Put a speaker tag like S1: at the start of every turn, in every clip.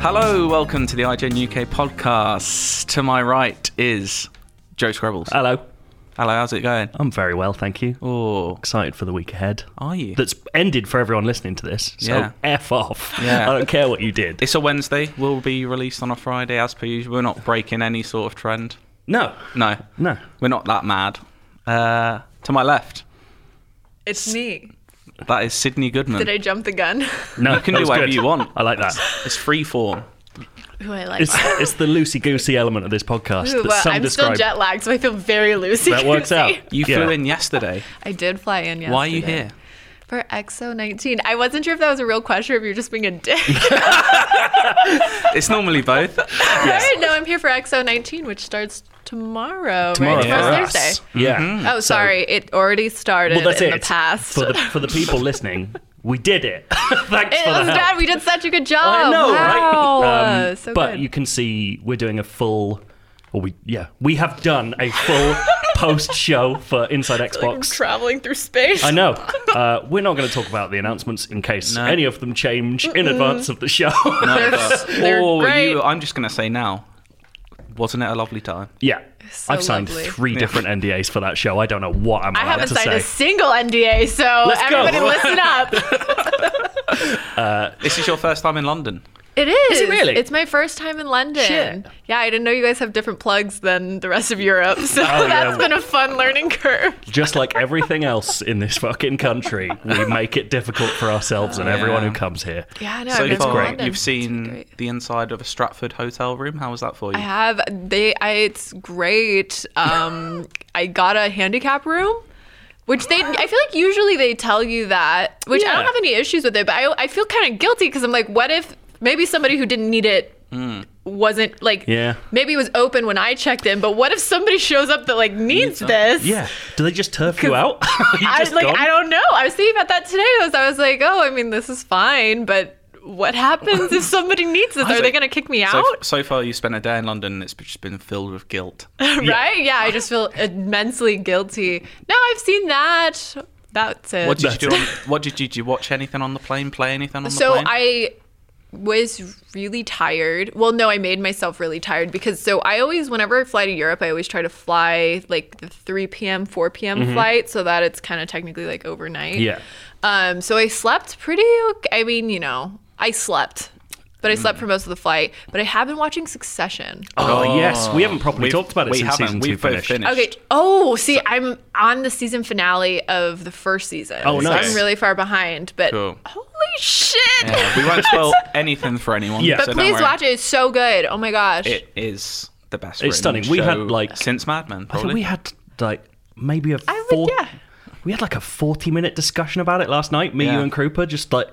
S1: Hello, welcome to the IGN UK podcast. To my right is Joe Scrabbles.
S2: Hello.
S1: Hello, how's it going?
S2: I'm very well, thank you.
S1: Oh,
S2: Excited for the week ahead.
S1: are you?
S2: That's ended for everyone listening to this. So
S1: Yeah.
S2: F off.
S1: Yeah.
S2: I don't care what you did.
S1: It's a Wednesday. Will be released on a Friday as per usual. We're not breaking any sort of trend.
S2: No.
S1: No,
S2: No.
S1: we're not that mad. Uh, to my left,
S3: It's me.
S1: that is Sydney Goodman.
S3: Did I jump the gun?
S2: No.
S1: You can
S2: that
S1: do
S2: was
S1: whatever
S2: good.
S1: you want.
S2: I like that.
S1: It's free form.
S3: Who I like.
S2: It's, it's the loosey goosey element of this podcast
S3: Ooh,
S2: that
S3: well,
S2: some
S3: I'm
S2: describe.
S3: still jet lagged, so I feel very loosey.
S2: that works out.
S1: You
S2: Yeah.
S1: flew in yesterday.
S3: I did fly in yesterday.
S1: Why are you here?
S3: For XO19. I wasn't sure if that was a real question or if you were just being a dick.
S1: It's normally both.
S3: Alright, no, I'm here for XO19, which starts tomorrow.
S2: Tomorrow
S3: Right?
S2: for
S3: Tomorrow's
S2: us.
S3: Thursday.
S2: Yeah.
S1: Mm-hmm.
S3: Oh, sorry. It already started
S2: Well, that's
S3: in
S2: it.
S3: the past.
S2: For the, for the people listening, we did it. Thanks
S3: it
S2: for
S3: was
S2: the help.
S3: bad. Oh, We did such a good job.
S2: I know,
S3: wow.
S2: right? Um,
S3: so
S2: but
S3: good.
S2: you can see we're doing a full, or we yeah, we have done a full post show for Inside
S3: I'm
S2: Xbox.
S3: traveling through space.
S2: I know. Uh, we're not going to talk about the announcements in case
S1: No.
S2: any of them change in advance of the show.
S1: No, but-
S3: They're
S1: or
S3: great.
S1: you, I'm just going to say now, wasn't it a lovely time?
S2: yeah. I've signed
S3: lovely.
S2: three different NDAs for that show. I don't know what I'm
S3: I
S2: allowed
S3: haven't
S2: to
S3: signed
S2: say.
S3: a single NDA, so
S2: Let's go.
S3: everybody listen up.
S1: This is your first time in London.
S3: It is.
S2: it really?
S3: It's my first time in London.
S2: Shit.
S3: Yeah, I didn't know you guys have different plugs than the rest of Europe. So
S2: Oh,
S3: that's
S2: yeah.
S3: been a fun learning curve.
S2: Just like everything else in this fucking country, we make it difficult for ourselves and everyone
S1: Yeah.
S2: who comes here.
S3: Yeah, no,
S1: so
S3: I've been to
S1: far,
S3: London.
S1: you've
S3: It's
S1: seen
S3: Oh, great.
S1: the inside of a Stratford hotel room. How was that for you?
S3: I have they. I, it's great. Um, I got a handicap room. Which they, I feel like usually they tell you that, which I
S2: Yeah.
S3: don't have any issues with it, but I, I feel kind of guilty because I'm like, what if maybe somebody who didn't need it wasn't like,
S2: Hmm. Yeah.
S3: maybe it was open when I checked in, but what if somebody shows up that like needs this?
S2: Yeah. Do they just turf you out? you
S3: I
S2: just
S3: like
S2: gone?
S3: I don't know. I was thinking about that today. As I was like, oh, I mean, this is fine, but what happens if somebody needs this? Are they going to kick me
S1: so,
S3: out?
S1: so far, you spent a day in London. and It's just been filled with guilt.
S3: right? Yeah, I just feel immensely guilty. No, I've seen that. That's it.
S1: What did you do? On, what did you do? You watch anything on the plane? Play anything on the
S3: so
S1: plane?
S3: I was really tired. Well, no, I made myself really tired because so I always, whenever I fly to Europe, I always try to fly like the 3 p.m., 4 p.m. flight so that it's kind of technically like overnight.
S2: Yeah.
S3: Um, so I slept pretty. Okay. I mean, you know, I slept, but I slept for most of the flight. But I have been watching Succession.
S2: Oh, yes, we haven't properly
S1: We've-
S2: talked about it
S1: we
S2: since
S1: haven't.
S2: season two
S1: We've both
S2: finished.
S1: finished.
S3: Okay. Oh, see, I'm on the season finale of the first season.
S2: Oh,
S3: so
S2: nice.
S3: I'm really far behind, but
S1: Cool.
S3: holy shit!
S1: Yeah, we won't spoil anything for anyone.
S2: Yeah.
S1: so
S3: But
S1: don't
S3: please
S1: worry.
S3: watch it. It's so good. Oh my gosh.
S1: It is the best.
S2: It's
S1: written
S2: stunning. We had,
S1: show
S2: like-
S1: since Mad Men.
S2: I think
S1: Probably.
S2: we had like maybe a
S3: would-
S2: four.
S3: yeah.
S2: We had like a forty-minute discussion about it last night. Me,
S1: Yeah.
S2: you, and Krupa just like,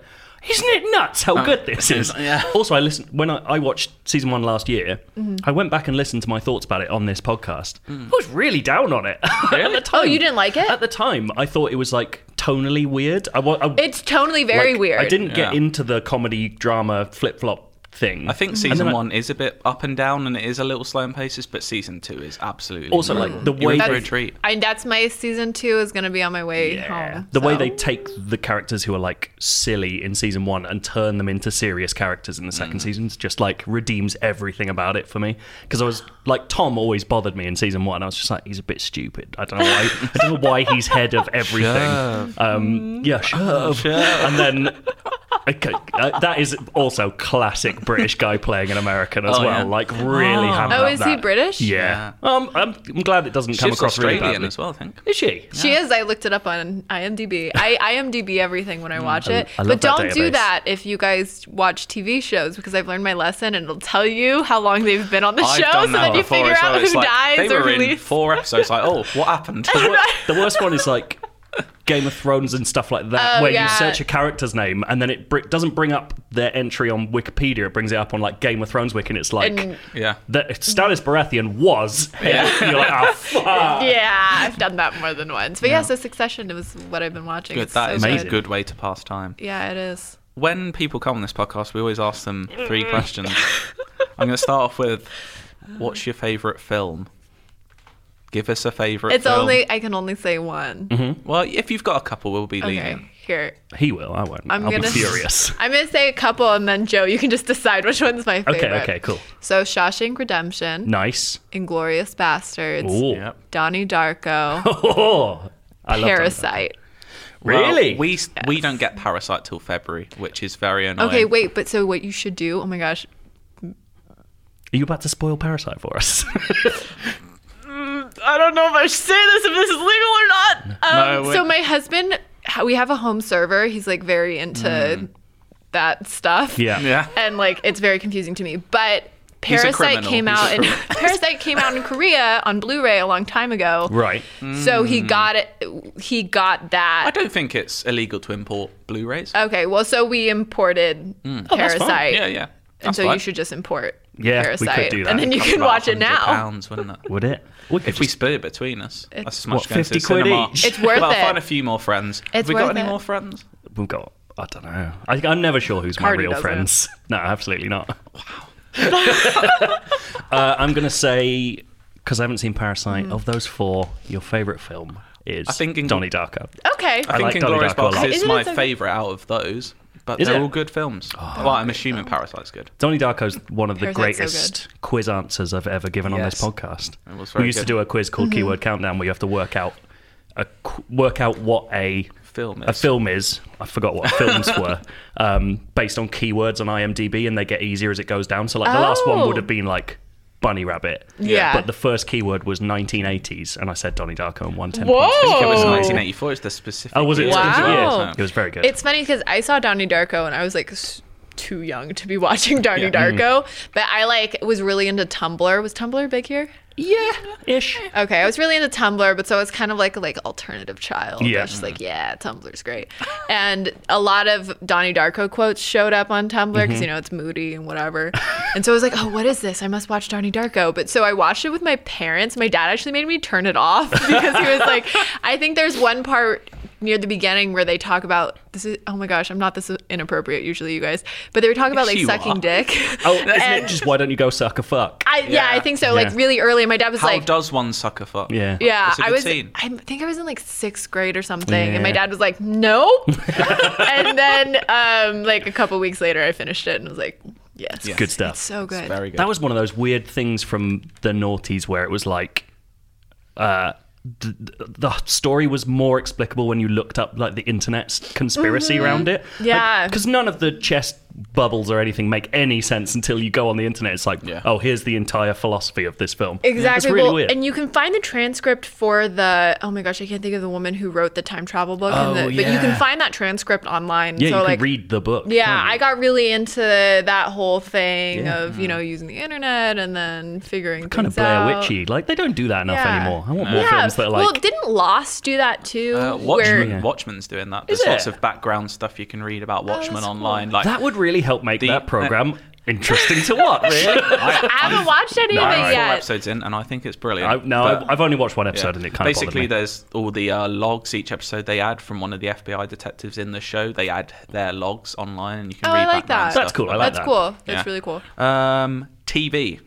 S2: isn't it nuts
S3: Oh,
S2: how good this is?
S1: yeah.
S2: Also, I listened when I, I watched season one last year.
S3: Mm-hmm.
S2: I went back and listened to my thoughts about it on this podcast. I was really down on it. at the time,
S3: Mm. Oh, you didn't like it?
S2: At the time, I thought it was like tonally weird. I, wa- I
S3: it's totally very
S2: like,
S3: weird.
S2: I didn't get
S1: Yeah.
S2: into the comedy drama flip flop thing.
S1: I
S3: Mm.
S1: think
S2: And then
S1: season
S2: I-
S1: one is a bit up and down, and it is a little slow in paces. But season two is absolutely
S2: Also,
S1: incredible.
S2: like, the
S1: You're in
S2: way
S1: for a
S2: they-
S1: treat.
S3: I, that's my season two is going to be on my way home.
S2: The way
S3: so.
S2: they take the characters who are like silly in season one and turn them into serious characters in the second
S1: Mm.
S2: season is just like redeems everything about it for me. Because I was like, Tom always bothered me in season one. I was just like, he's a bit stupid. I don't know why. I don't know why he's head of everything. Um, yeah,
S1: Mm,
S2: shove. And then. Okay, uh, that is also classic British guy playing an American as
S1: Oh,
S2: well.
S1: yeah.
S2: Like really
S1: Oh.
S2: hammer
S3: Oh,
S2: up
S3: is he
S2: that.
S3: British?
S2: Yeah. Um, I'm, I'm glad it doesn't come
S1: She's
S2: across really
S1: Australian
S2: badly.
S1: as well, I think.
S2: Is she?
S3: She is. I looked it up on IMDb. I IMDb everything when I watch it.
S2: I love that
S3: but don't do
S2: database.
S3: that if you guys watch TV shows because I've learned my lesson and it'll tell you how long they've been on the show so that you figure
S1: as well.
S3: out
S1: It's
S3: who
S1: like,
S3: dies
S1: they were
S3: or who
S1: in
S3: leaves.
S1: four episodes. Like, oh, what happened?
S2: The worst one is like Game of Thrones and stuff like that,
S3: Oh,
S2: where
S3: yeah.
S2: you search a character's name and then it br- doesn't bring up their entry on Wikipedia. It brings it up on like Game of Thrones wiki, and it's like
S3: And-
S1: Yeah.
S2: that Stannis Baratheon was. Yeah. You're like, oh fuck.
S3: yeah, I've done that more than once. But yes, the Succession was what I've been watching.
S1: Good.
S3: It's
S1: That
S3: so
S1: is
S2: amazing.
S1: a good way to pass time.
S3: Yeah, it is.
S1: When people come on this podcast, we always ask them three
S3: Mm.
S1: questions. I'm going to start off with, "What's your favourite film?" Give us a favourite.
S3: It's
S1: film.
S3: only I can only say one.
S1: well, if you've got a couple, we'll be lenient.
S3: Okay, here
S2: He will. I won't.
S3: I'm
S2: will
S3: gonna
S2: be furious.
S3: I'm gonna say a couple, and then Joe, you can just decide which one's my favorite.
S2: okay. Okay. Cool.
S3: So Shawshank Redemption,
S2: Nice.
S3: Inglorious Bastards,
S2: Ooh.
S1: Yep.
S3: Donnie Darko,
S2: Oh, I love
S3: Parasite.
S1: Well,
S2: Really?
S1: we we don't get Parasite till February, which is very annoying.
S3: Okay, wait, but so what you should do? Oh my gosh,
S2: Are you about to spoil Parasite for us?
S3: I don't know if I should say this if this is legal or not. Um,
S1: No, wait.
S3: so my husband, ha- we have a home server. He's like very into that stuff.
S2: yeah.
S1: Mm. Yeah.
S3: and like it's very confusing to me. But
S1: He's a
S3: Parasite
S1: criminal.
S3: came
S1: He's a
S3: out in
S1: criminal.
S3: Parasite came out in Korea on Blu-ray a long time ago.
S2: Right.
S3: So
S1: Mm.
S3: he got it. He got that.
S1: I don't think it's illegal to import Blu-rays.
S3: Okay, well, so we imported
S1: Mm.
S2: that's fine.
S3: Parasite,
S1: yeah, yeah.
S3: and
S1: That's
S3: so you
S1: fine.
S3: should just import
S2: Yeah, we could
S3: Parasite,
S2: do
S3: and
S2: that.
S3: then you
S1: Cost
S3: can
S1: about
S3: watch it
S1: 100
S3: now.
S1: Pounds, wouldn't it?
S2: Would it? We could
S1: If we split it between us, that's as much
S2: What,
S1: going to the
S2: 50 quid
S1: cinema.
S2: each?
S3: It's worth
S1: well,
S3: it.
S1: find a few more friends.
S3: It's
S1: Have we got
S3: worth
S1: any
S3: it.
S1: more friends?
S2: we've got. I don't know. I, I'm never sure who's my
S3: Cardi
S2: real
S3: does it.
S2: friends. No, absolutely not. Wow. uh, I'm gonna say because I haven't seen Parasite.
S3: Mm.
S2: Of those four, your favorite film is I
S1: think
S2: think
S1: in-
S2: Donnie Darko.
S3: Okay,
S1: I,
S2: like
S1: think
S2: Donnie
S1: Inglourious
S2: Darko a lot.
S1: Basterds is
S3: Isn't
S1: my
S3: it so-
S1: favourite out of those, but
S2: Is
S1: they're
S2: it? Oh,
S1: all good films. well, I'm assuming Parasite's good.
S2: Donnie Darko's one of the
S3: Parasite's so
S2: greatest quiz answers I've ever given on
S1: Yes.
S2: this podcast.
S1: It was very
S2: We used to
S1: good.
S2: do a quiz
S3: Mm-hmm.
S2: called Keyword Countdown where you have to work out a qu- work out what a
S1: Film
S2: a
S1: is.
S2: film is. I forgot what films were um, based on keywords on IMDb, and they get easier as it goes down. So like the last one
S3: Oh.
S2: would have been like bunny rabbit.
S3: Yeah.
S2: But the first keyword was 1980s, and I said Donnie Darko and one ten.
S3: Whoa!
S2: points.
S1: I think it was
S3: Oh.
S1: 1984. It's the specific.
S2: Oh, was it?
S1: year.
S3: Wow.
S2: Yeah, it was very good.
S3: It's funny because I saw Donnie Darko and I was like s- too young to be watching Donnie
S1: Yeah.
S3: Darko, but I like was really into Tumblr. Was Tumblr big here?
S2: yeah, ish.
S3: Okay, I was really into Tumblr, but so I was kind of like like alternative child.
S2: Yeah.
S3: I was just like, yeah, Tumblr's great. And a lot of Donnie Darko quotes showed up on Tumblr because
S1: Mm-hmm.
S3: you know it's moody and whatever. and so I was like, oh, what is this? I must watch Donnie Darko. But so I watched it with my parents. My dad actually made me turn it off because he was like, I think there's one part near the beginning where they talk about this is oh my gosh, I'm not this inappropriate usually, you guys, but they were talking about like
S1: You
S3: sucking
S1: are.
S3: dick.
S2: Oh, isn't
S3: And-
S2: it just why don't you go suck a fuck?
S3: I, yeah, I
S1: Yeah.
S3: think so. Like
S2: Yeah.
S3: really early, and my dad was
S1: How
S3: like,
S1: does one sucker fuck?
S2: Yeah.
S3: yeah,
S1: It's a
S3: I
S1: good
S3: was.
S1: scene.
S3: I think I was in like sixth grade or something, and my
S2: Yeah.
S3: dad was like, "No," and then um, like a couple weeks later, I finished it and was like, "Yes,
S1: Yeah.
S2: Good stuff.
S3: it's so good."
S1: Very good.
S2: That was one of those weird things from the noughties where it was like, uh, th- th- the story was more explicable when you looked up like the internet's conspiracy around it.
S3: Mm-hmm. Yeah.
S2: because none of the chest bubbles or anything make any sense until you go on the internet. It's like,
S1: Yeah.
S2: oh, here's the entire philosophy of this film.
S3: Exactly.
S2: It's really
S3: well,
S2: weird.
S3: and you can find the transcript for the oh my gosh, I can't think of the woman who wrote the time travel book, and
S2: Oh,
S3: the, but you can
S2: yeah.
S3: find that transcript online.
S2: yeah,
S3: so
S2: you
S3: like,
S2: can read the book.
S3: yeah,
S2: can't you?
S3: I got really into that whole thing
S2: Yeah.
S3: of you know using the internet and then figuring
S2: kind of
S3: things
S2: Blair
S3: out.
S2: Witchy. Like they don't do that enough
S3: Yeah.
S2: anymore. I want more
S3: Yeah.
S2: films that are like.
S3: well, didn't Lost do that too?
S1: Uh,
S3: where-
S1: Watchmen, Watchmen's doing that. There's
S2: Is
S1: lots
S2: it?
S1: of background stuff you can read about Watchmen
S3: Oh, that's cool.
S1: online. Like
S2: that would really help make
S1: The-
S3: uh,
S2: that program interesting to watch.
S3: I haven't watched any
S1: I'm
S3: of it
S1: four
S3: yet.
S1: episodes in, and I think it's brilliant.
S2: I, no,
S1: But-
S2: I've, I've only watched one
S1: yeah.
S2: episode and it kind
S1: basically
S2: of bothered me.
S1: there's all the uh, logs each episode they add from one of the FBI detectives in the show. They add their logs online, and you can
S3: Oh,
S1: read
S3: I like
S1: background
S3: that.
S1: stuff
S2: That's cool, I
S1: about
S2: like
S3: That's
S2: that.
S3: cool. That's
S1: Yeah.
S3: really cool.
S1: Um, TV.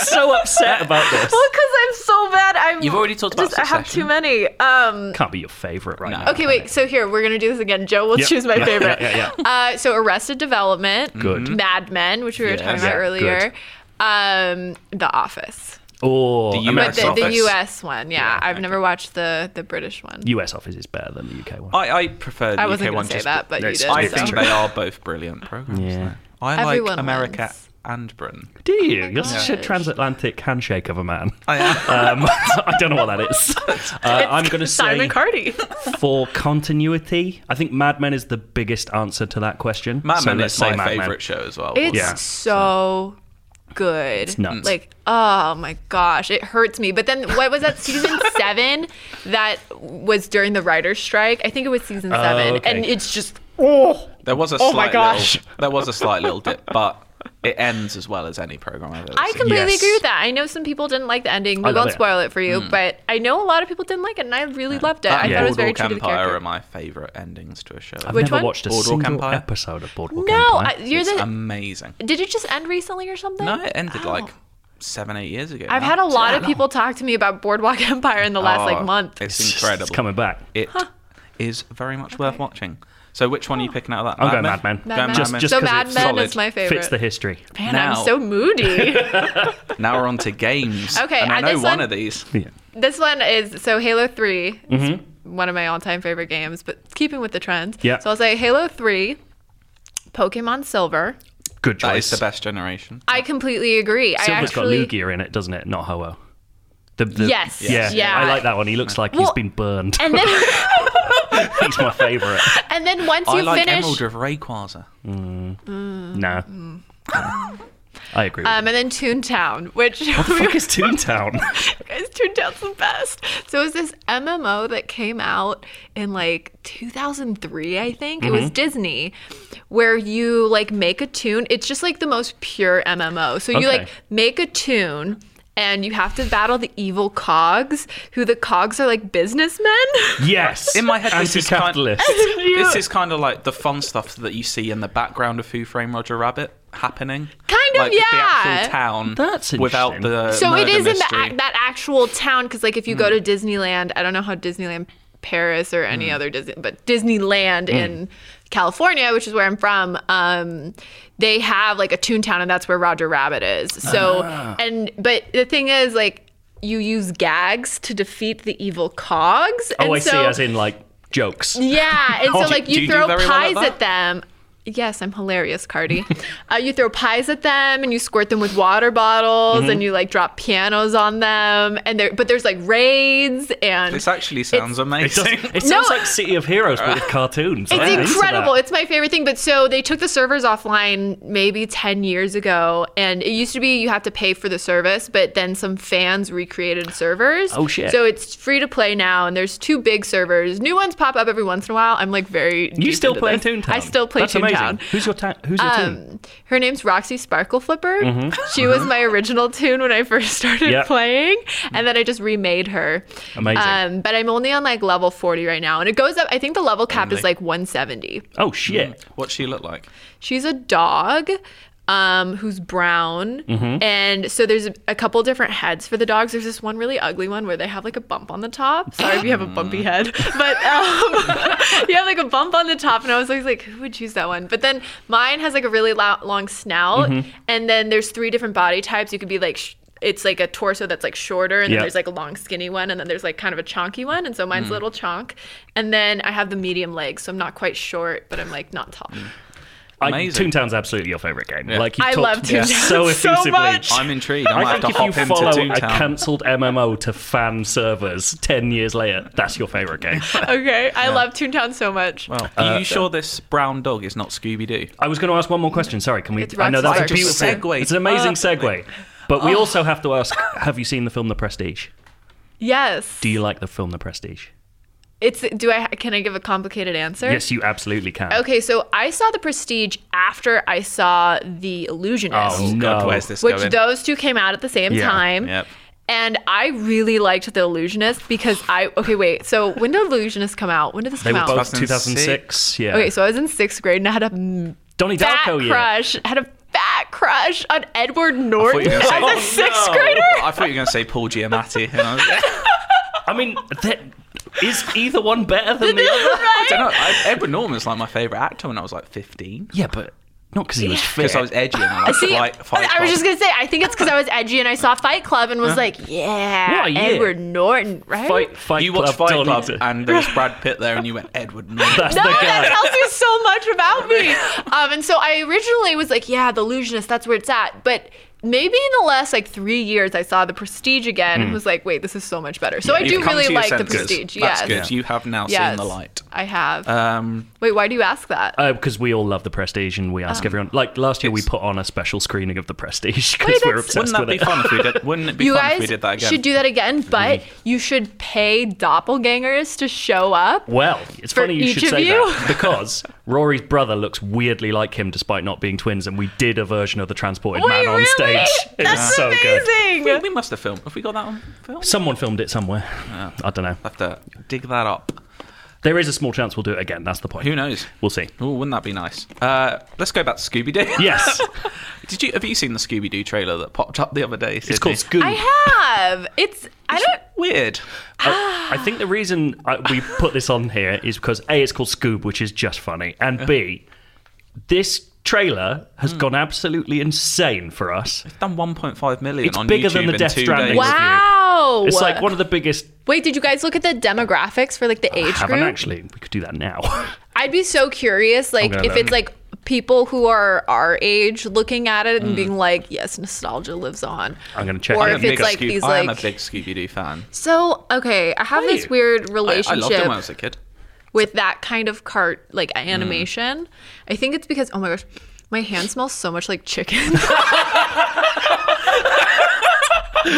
S2: so upset about this.
S3: because I'm so bad. I'm.
S1: You've already talked about
S3: just- I have
S1: Succession.
S3: too many. Um.
S2: Can't be your favorite right
S1: No.
S2: now.
S3: Okay, wait. So here we're gonna do this again. Joe will
S2: Yep.
S3: choose my
S2: Yeah,
S3: favorite.
S2: yeah, yeah,
S3: Uh, so Arrested Development,
S2: Good.
S3: Mad Men, which we were
S1: Yes.
S3: talking about
S1: Yeah,
S3: earlier, um, The Office,
S2: Oh,
S1: The US
S3: but
S2: American
S3: the, the
S1: Office.
S3: U.S. one. Yeah, I've never watched the the British one.
S2: US office is better than the UK one.
S1: I, I prefer the
S3: I
S1: UK
S3: wasn't
S1: one
S3: gonna say
S1: just
S3: that, but you
S2: That's
S3: did.
S1: I
S2: true.
S3: so.
S1: think they are both brilliant programs.
S2: Yeah.
S1: though. I
S3: Everyone
S1: like America
S3: wins.
S1: and Britain.
S2: Do you? You're such a
S3: Oh gosh.
S2: transatlantic handshake of a man.
S1: I am.
S2: Um, I don't know what that is. Uh, I'm going to
S3: Simon
S2: say
S3: Cardi.
S2: for continuity, I think Mad Men is the biggest answer to that question.
S1: Mad
S2: So
S1: Men
S2: let's
S1: is
S2: say
S1: my
S2: Mad Men.
S1: favourite show as well.
S3: It's
S2: Yeah.
S3: so good.
S2: nuts.
S3: Like, oh my gosh, it hurts me. But then what was that season seven that was during the writer's strike? I think it was season seven.
S2: Oh, okay.
S3: And it's just oh
S1: There was a
S3: Oh
S1: slight
S3: my gosh.
S1: Little, there was a slight little dip, but it ends as well as any program I've ever
S3: I
S1: seen.
S3: completely
S2: Yes.
S3: agree with that. I know some people didn't like the ending. We
S2: love
S3: won't
S2: it.
S3: spoil it for you,
S1: Hmm.
S3: but I know a lot of people didn't like it, and I really loved it. I
S1: That
S3: thought it was very
S1: Boardwalk
S3: true to the
S1: Empire
S3: character.
S1: are my favourite endings to a show.
S2: I've
S3: Which
S2: never
S3: one?
S2: watched a
S1: Boardwalk
S2: single
S1: Empire.
S2: episode of Boardwalk
S3: no, I,
S2: Empire.
S3: you're
S1: it's
S3: the.
S1: amazing.
S3: did it just end recently or something?
S1: No, it ended
S3: Oh.
S1: like seven, eight years ago.
S3: I've
S1: now.
S3: had a lot of people talk to me about Boardwalk Empire in the last like
S1: Oh,
S3: month.
S1: It's,
S2: It's just-
S1: incredible.
S2: It's coming back.
S1: It is very much worth watching. So which one are you picking out of that?
S2: I'm going Mad Men.
S3: Mad
S1: Going
S3: Men.
S2: Just- just
S3: Oh. so
S2: 'cause
S3: Mad
S2: it's
S3: Men
S1: solid.
S3: is my favorite.
S2: Fits the history.
S3: Man,
S1: Now-
S3: I'm so moody.
S1: Now we're on to games.
S3: Okay,
S1: and I
S3: and
S1: know
S3: this
S1: one
S3: one-
S1: of these.
S2: Yeah.
S3: this one is so Halo 3 is one of my all-time favorite games, but keeping with the trend.
S2: Mm-hmm. Yeah.
S3: So I'll say Halo 3, Pokemon Silver.
S2: Good choice.
S1: That is the best generation.
S3: I completely agree. I
S2: Silver's
S3: actually
S2: got Lugia in it, doesn't it? Not Ho-Oh. The, the,
S3: Yes.
S2: Yeah.
S3: Yes. Yeah.
S2: I like that one. He looks like he's
S3: Well-
S2: been burned.
S3: and then
S2: he's my favourite.
S3: and then once
S1: I
S3: you
S1: like
S3: finish
S1: Emerald of Rayquaza.
S2: No. I agree. With
S3: um, and then Toontown, which
S2: you. Fuck is Toontown?
S3: guys, Toontown's the best. So it was this MMO that came out in like 2003, I think. It
S1: Mm-hmm.
S3: was Disney, where you like make a tune. It's just like the most pure MMO. So you
S2: Okay.
S3: like make a tune. And you have to battle the evil cogs, who the cogs are like businessmen.
S2: yes.
S1: In my head, this is kind-
S2: Anti-capitalist.
S1: This is kind of like the fun stuff that you see in the background of Who Framed Roger Rabbit happening.
S3: Kind of,
S1: like The
S3: yeah.
S1: actual town.
S2: That's
S1: without
S2: interesting.
S1: the
S3: so it
S1: murder
S3: is in the,
S1: mystery.
S3: ac- that actual town because like if you go
S2: Hmm.
S3: to disneyland i don't know how disneyland paris or any other disney but disneyland
S2: Hmm.
S3: in california which is where i'm from um, they have like a toontown and that's where roger rabbit is so
S2: Ah.
S3: and but the thing is like you use gags to defeat the evil cogs
S2: Oh,
S3: and
S2: I
S3: so,
S2: see. As in, like jokes.
S3: yeah, and
S2: Oh,
S3: so
S2: do-
S3: like
S1: do
S3: you
S1: you do
S3: throw
S1: very well at
S3: pies
S1: that?
S3: at them. Yes, I'm hilarious, Cardi. uh, you throw pies at them and you squirt them with water bottles
S2: Mm-hmm.
S3: and you like drop pianos on them and there but there's like raids and
S1: This actually sounds
S2: It, does,
S1: amazing.
S2: it sounds like City of Heroes but with cartoons. I'm into
S3: It's
S2: that.
S3: incredible. It's my favorite thing. But so they took the servers offline maybe 10 years ago. And it used to be you have to pay for the service, but then some fans recreated servers.
S2: Oh, shit.
S3: So it's free to play now. And there's two big servers. New ones pop up every once in a while. I'm like very.
S2: You
S3: deep
S2: still
S3: into
S2: play
S3: this.
S2: Toontown?
S3: I still play
S2: That's
S3: Toontown.
S2: amazing. Who's your ta- Who's your team?
S3: Um, her name's Roxy Sparkle Flipper. She was my original tune when I first started
S2: Yeah.
S3: playing, and then I just remade her.
S2: Amazing.
S3: Um, but I'm only on like level 40 right now, and it goes up. I think the level cap
S1: Only.
S3: is like 170.
S2: Oh shit!
S1: What's she look like?
S3: She's a dog. Um, who's brown and so there's a, a couple different heads for the dogs there's this one really ugly one where they have like a bump on the top sorry if you have a bumpy head but um, you have like a bump on the top and i was always like who would choose that one but then mine has like a really lo- long snout and then there's three different body types you could be like sh- it's like a torso that's like shorter and
S2: Yeah.
S3: then there's like a long skinny one and then there's like kind of a chonky one and so mine's a little chonk and then i have the medium legs so i'm not quite short but i'm like not tall
S2: I,
S1: Amazing.
S2: Toontown's absolutely your favorite game.
S1: Yeah.
S2: Like you
S3: I
S2: talked
S3: love Toontown
S2: so
S3: so
S2: effusively.
S3: much.
S1: I'm intrigued. I,
S2: I
S1: might
S2: think
S1: have
S2: if
S1: to
S2: you
S1: hop
S2: follow
S1: into
S2: a
S1: Toontown.
S2: cancelled MMO to fan servers ten years later, that's your favorite game.
S3: okay i love toontown so much
S1: Well,
S2: Uh,
S1: are you sure this brown dog is not Scooby Doo?
S2: I was going to ask one more question. Sorry, can we?
S3: It's Ah.
S2: I know that's a
S3: Roxy's
S2: beautiful
S1: Roxy. Segue.
S2: It's an amazing
S1: Perfectly.
S2: segue. But
S3: Ah.
S2: we also have to ask: Have you seen the film The Prestige?
S3: yes
S2: Do you like the film The Prestige?
S3: It's do I can I give a complicated answer?
S2: Yes, you absolutely can.
S3: Eh? Okay, so I saw The Prestige after I saw The Illusionist,
S2: Oh,
S1: God,
S2: No.
S1: where's this
S3: which
S1: going?
S3: those two came out at the same
S2: Yeah,
S3: time.
S1: yep.
S3: And I really liked The Illusionist because I okay wait so when did Illusionist come out? When did this
S2: They
S3: come
S2: were
S3: out?
S2: both
S1: 2006.
S2: 2006. Yeah.
S3: okay, so I was in sixth grade and I had a mm,
S2: Donnie
S3: fat
S2: Darko. Yeah.
S3: crush, had a fat crush on
S1: I
S3: Edward
S1: thought you
S3: Norton
S1: were
S3: as
S1: gonna say-
S2: "Oh,
S3: a sixth grader.
S1: I thought you were going to say Paul Giamatti. and I was-
S2: I mean, that, is either one better than the other?
S1: I don't know. I, Edward Norton was like my favorite actor when I was like 15
S2: Yeah, but not because he was fit.
S1: because I was edgy and I liked
S3: See,
S1: fight, fight
S3: I
S1: Club.
S3: was just gonna say, I think it's because I was edgy and I saw Fight Club and was like, yeah,
S2: What a year.
S3: Edward Norton, right?
S2: Fight, fight
S1: You watched
S2: Club,
S1: Fight
S2: Donnie
S1: Club
S2: Darko.
S1: and there was Brad Pitt there and you went Edward Norton.
S2: That's
S3: No,
S2: the guy.
S3: that tells you so much about me. Um, and so I originally was like, yeah, The Illusionist, that's where it's at. But maybe in the last like three years, I saw The Prestige again and was like, wait, this is so much better. So I
S1: Hmm. You've
S3: do
S1: come
S3: really
S1: to your
S3: like The
S1: senses.
S3: Prestige.
S1: That's
S3: yes.
S1: good. You have now seen
S3: Yes.
S1: the light.
S3: I have.
S1: Um,
S3: Wait, why do you ask that?
S2: Because Uh, we all love the Prestige, and we
S3: Ah.
S2: ask everyone. Like last year, we
S1: It's-
S2: put on a special screening of the Prestige
S3: Wait,
S2: because we're obsessed
S3: that's-
S1: wouldn't that
S2: with
S1: be
S2: it.
S1: fun if we did? Wouldn't it be
S3: you
S1: fun
S3: guys
S1: if we did that again? Mm-hmm.
S3: should do that again, but you should pay doppelgangers to show up.
S2: Well, it's
S3: For
S2: funny you
S3: each
S2: should
S3: of
S2: say
S3: you?
S2: that because Rory's brother looks weirdly like him despite not being twins, and we did a version of the transported man
S3: Wait,
S2: on
S3: really?
S2: stage. It
S3: That's
S2: was so good.
S3: amazing.
S1: we, we must have filmed. Have we got that on film?
S2: Someone filmed it somewhere. I don't know.
S1: have to dig that up.
S2: There is a small chance we'll do it again. That's the point.
S1: Who knows?
S2: We'll see.
S1: Oh, wouldn't that be nice? Uh, let's go back to Scooby Doo.
S2: Yes,
S1: Did you have you seen the Scooby Doo trailer that popped up the other day?
S2: it's called Scoob.
S3: I have. It's. I don't.
S1: Weird.
S2: I think the reason I, we put this on here is because A, it's called Scoob, which is just funny, and B, this trailer has gone absolutely insane for us.
S1: Done 1.5 million
S2: It's
S1: on
S2: bigger
S1: YouTube
S2: than the
S1: in
S2: Death
S1: two
S2: Stranding.
S1: days.
S2: Wow.
S3: Wow.
S2: It's like one of the biggest.
S3: Wait, did you guys look at the demographics for like the age
S2: haven't
S3: group?
S2: actually. We could do that now.
S3: I'd be so curious, like
S2: gonna
S3: if
S2: look.
S3: it's like people who are our age looking at it and being like, "Yes, nostalgia lives on."
S2: I'm gonna check.
S3: Or
S1: I'm a
S3: if
S1: big
S3: it's like
S1: Scoo-
S3: these,
S1: I am a
S3: like-
S1: big Scooby Doo fan.
S3: So okay, I have
S2: Hey.
S3: this weird
S1: I, I
S3: relationship
S1: loved it when I was a kid.
S3: with that kind of cart like animation. I think it's because oh my gosh, my hand smells so much like chicken.
S1: Well,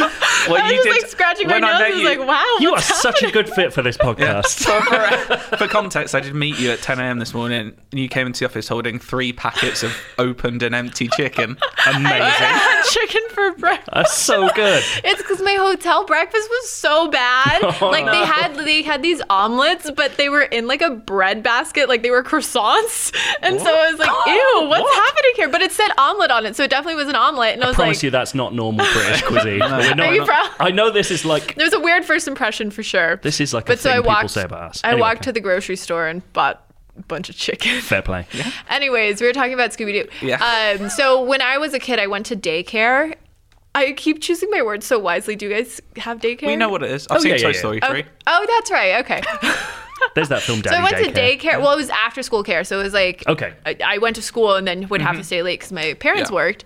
S3: I was
S1: you
S3: just
S1: did
S3: like scratching my
S1: when
S3: nose.
S1: I
S3: I
S1: met
S3: was
S1: you-
S3: like, "Wow,
S2: you are
S3: what's
S2: such a good fit for this podcast.
S1: So for, for context, I did meet you at 10 a.m. this morning, and you came into the office holding three packets of opened and empty chicken.
S2: Amazing.
S3: happening? chicken for breakfast?"
S2: That's so good.
S3: It's because my hotel breakfast was so bad.
S2: Oh,
S3: like they had they had these omelets, but they were in like a bread basket, like they were croissants. And so I was like, ew, what's happening here? But it said omelet on it, so it definitely was an omelet. And I, was
S2: Promise
S3: like,
S2: you that's not normal British cuisine. We're not-
S3: Are you proud?
S2: I know this is like
S3: there was a weird first impression for sure.
S2: this is like a
S3: but so
S2: thing
S3: I
S2: people
S3: walked.
S2: say about us.
S3: I
S2: Anyway,
S3: walked to the grocery store and bought a bunch of chicken.
S2: fair play.
S3: Anyways, we were talking about Scooby Doo.
S1: Yeah.
S3: Um, so when I was a kid, I went to daycare. I keep choosing my words so wisely. Do you guys have daycare?
S1: We know what it is. I've
S2: Oh,
S1: seen
S2: yeah,
S1: Toy
S2: yeah, yeah.
S1: Story
S3: Oh,
S1: 3.
S3: oh, that's right. Okay.
S2: There's that film.
S3: So
S2: Daddy
S3: I went
S2: daycare.
S3: to daycare. Well, it was after school care, so it was like
S2: Okay.
S3: I, I went to school and then would have to stay late because my parents
S1: Mm-hmm. Yeah.
S3: worked,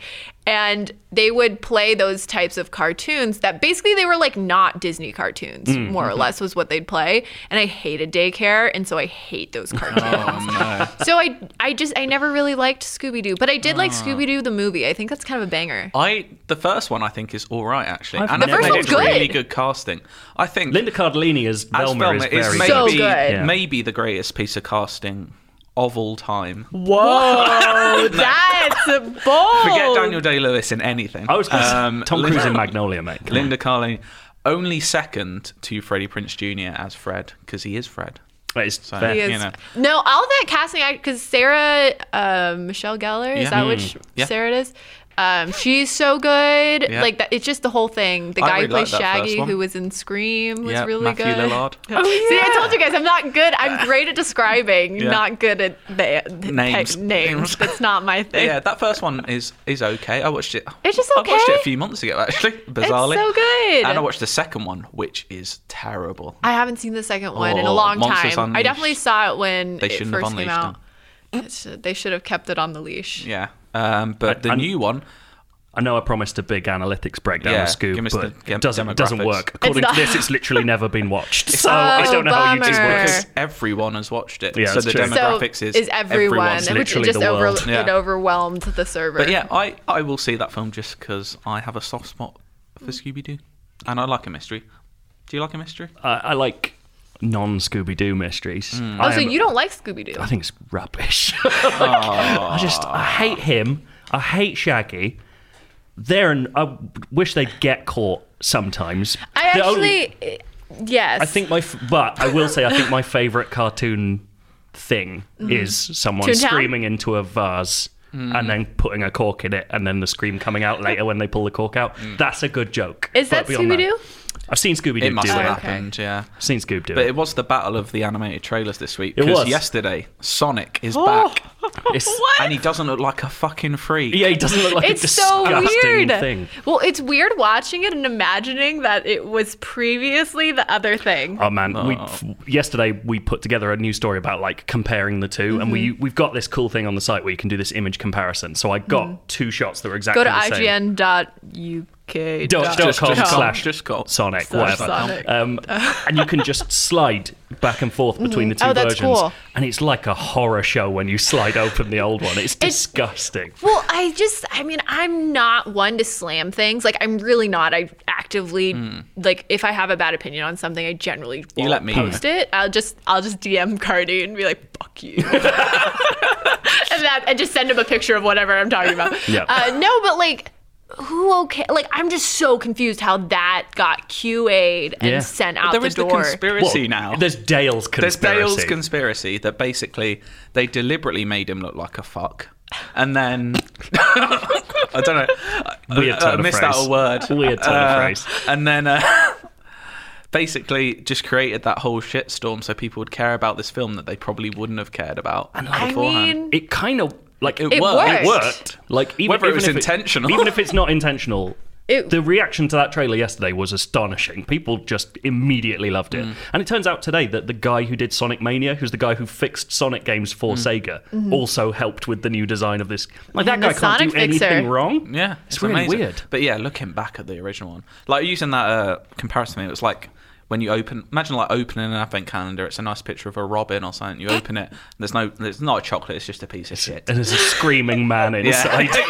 S3: and they would play those types of cartoons that basically they were like not Disney cartoons,
S1: Mm,
S3: more or less was what they'd play. And I hated daycare, and so I hate those
S1: Oh,
S3: cartoons. so I I just I never really liked Scooby Doo, but I did
S1: Ah.
S3: like Scooby Doo the movie. I think that's kind of a banger.
S1: I the first one I think is all right actually,
S2: I've
S1: and I
S2: never-
S1: think
S2: The
S1: they
S2: first
S1: did
S3: one's
S1: really
S3: good.
S1: good casting. I think
S2: Linda Cardellini as
S1: as
S2: Velma is
S1: Velma is,
S2: very
S1: maybe
S3: So good. Yeah.
S1: maybe the greatest piece of casting of all time.
S3: Whoa, that's bold.
S1: Oh, Forget Daniel Day Lewis in anything.
S2: I was gonna say,
S1: Um,
S2: Tom Cruise
S1: Linda-
S2: in Magnolia, mate. Come
S1: Linda Carling, only second to Freddie Prince Jr. as Fred because he is Fred.
S2: on. It's
S1: He
S2: fair.
S3: He is-
S1: you know.
S3: No, all that casting because Sarah uh, Michelle Gellar is
S1: Yeah. Mm.
S3: that which
S1: Yeah.
S3: Sarah it is. Um, she's so good.
S1: Yeah.
S3: Like that, it's just the whole thing. The
S1: I
S3: guy
S1: really
S3: who plays
S1: liked that first
S3: Shaggy,
S1: one.
S3: who was in Scream, was
S1: Yeah,
S3: really
S1: Matthew
S3: good.
S1: Lillard.
S3: See, I told you guys, I'm not good. I'm great at describing,
S1: Yeah.
S3: not good at ba- pe-
S1: Names.
S3: names. That's not my thing.
S1: Yeah, that first one is is okay. I watched it.
S3: It's just
S1: I watched it
S3: okay.
S1: a few months ago actually. Bizarrely,
S3: so good.
S1: And I watched the second one, which is terrible.
S3: I haven't seen the second one in a
S1: Oh,
S3: long
S1: Monsters
S3: time. I
S1: Unleashed.
S3: definitely saw it when
S1: They
S3: it
S1: shouldn't have
S3: first came
S1: unleashed
S3: out. It should- they should have kept it on the leash.
S1: Yeah, um, but the
S2: I-
S1: new one,
S2: I know I promised a big analytics breakdown
S1: Yeah,
S2: of Scoop,
S1: give us
S2: but
S1: the
S2: it doesn't, it doesn't
S1: demographics.
S2: work. According
S3: not-
S2: to this, it's literally never been watched. So
S3: Oh,
S2: I don't know how you do
S3: bummer.
S2: works.
S1: because everyone has watched it,
S2: Yeah,
S1: so
S2: that's
S1: the
S2: true. So
S1: demographics is
S3: everyone,
S1: everyone's
S3: which
S2: literally
S3: just
S2: the
S3: over,
S2: world.
S3: it
S1: Yeah.
S3: overwhelmed the server.
S1: But yeah, I, I will see that film just because I have a soft spot for
S3: Mm.
S1: Scooby Doo, and I like a mystery. Do you like a mystery?
S2: I, I like non Scooby Doo mysteries.
S1: Hmm.
S3: Oh,
S2: I
S3: so
S2: am-
S3: you don't like Scooby Doo?
S2: I think it's rubbish. Like, I just I hate him. I hate Shaggy. They're an, I wish they'd get caught sometimes.
S3: I
S2: The only-
S3: actually, eh, yes.
S2: oh, I think my, f- but I will say, I think my favorite cartoon thing is someone
S3: Mm-hmm. Toontown? Mm.
S2: screaming into a vase and then putting a cork in it, and then the scream coming out later when they pull the cork out. That's a good joke.
S3: Mm. is
S2: But
S3: that
S2: beyond
S3: Scooby Doo?
S2: I've seen Scooby Doo
S1: It must
S2: do
S1: have
S2: it.
S3: okay.
S1: happened, yeah.
S2: I've seen Scoob do
S1: But
S2: it.
S1: it was the battle of the animated trailers this week.
S2: It was.
S1: Because yesterday, Sonic is
S3: Oh.
S1: back,
S2: It's-
S1: and he doesn't look like a fucking freak.
S2: Yeah, he doesn't look like a
S3: It's so
S2: disgusting
S3: weird.
S2: thing.
S3: Well, it's weird watching it and imagining that it was previously the other thing.
S2: Oh man, we f- yesterday we put together a new story about like comparing the 2 and we
S3: Mm-hmm.
S2: we've got this cool thing on the site where you can do this image comparison. So I got two shots that were exactly
S3: Mm-hmm. Go to
S2: the same.
S3: IGN.uk.
S2: Dot- dot
S1: Just-
S2: com
S1: just
S2: slash
S1: just go.
S2: Sonic,
S3: Slash
S2: whatever.
S3: Sonic.
S2: Um, and you can just slide back and forth between the two
S3: Oh, that's
S2: versions,
S3: cool.
S2: and it's like a horror show when you slide open the old one. It's disgusting.
S3: Well, I just, I mean, I'm not one to slam things. Like, I'm really not. I actively, like, if I have a bad opinion on something, I generally
S1: Hmm. You
S3: won't
S1: let me-
S3: post it. I'll just, I'll just DM Cardi and be like, "Fuck you," and that, and just send him a picture of whatever I'm talking about.
S2: Yeah.
S3: Uh, no, but like, who okay? Like, I'm just so confused how that got QA'd and
S2: Yeah.
S3: sent out
S1: there
S3: the
S1: is the
S3: door.
S1: conspiracy
S2: Well,
S1: now.
S2: There's Dale's
S1: There's
S2: conspiracy.
S1: Bale's conspiracy that basically they deliberately made him look like a fuck. And then I don't know.
S2: Weird
S1: I-
S2: turn
S1: I
S2: of
S1: missed
S2: phrase.
S1: out a word.
S2: Weird turn of phrase.
S1: And then uh, basically just created that whole shitstorm so people would care about this film that they probably wouldn't have cared about
S3: I
S1: beforehand.
S3: mean,
S2: it kind of like
S1: It worked.
S3: worked.
S2: It worked. Like even,
S1: Whether it
S2: even
S1: was
S2: if
S1: intentional.
S2: even if it's not intentional.
S3: It-
S2: the reaction to that trailer yesterday was astonishing. People just immediately loved
S1: Mm.
S2: it. And it turns out today that the guy who did Sonic Mania, who's the guy who fixed Sonic games for
S1: Mm.
S2: Sega, also helped with the new design of this. Like that
S3: Mm-hmm. The
S2: guy can't
S3: Sonic
S2: do anything
S3: fixer.
S2: wrong.
S1: Yeah,
S2: It's really
S1: amazing.
S2: weird.
S1: But yeah, looking back at the original one, like using that uh, comparison, it was like when you open. Imagine like opening an advent calendar. It's a nice picture of a robin or something. You open it. There's no. There's not a chocolate. It's just a piece of shit.
S2: And there's a screaming man
S1: Yeah.
S2: inside.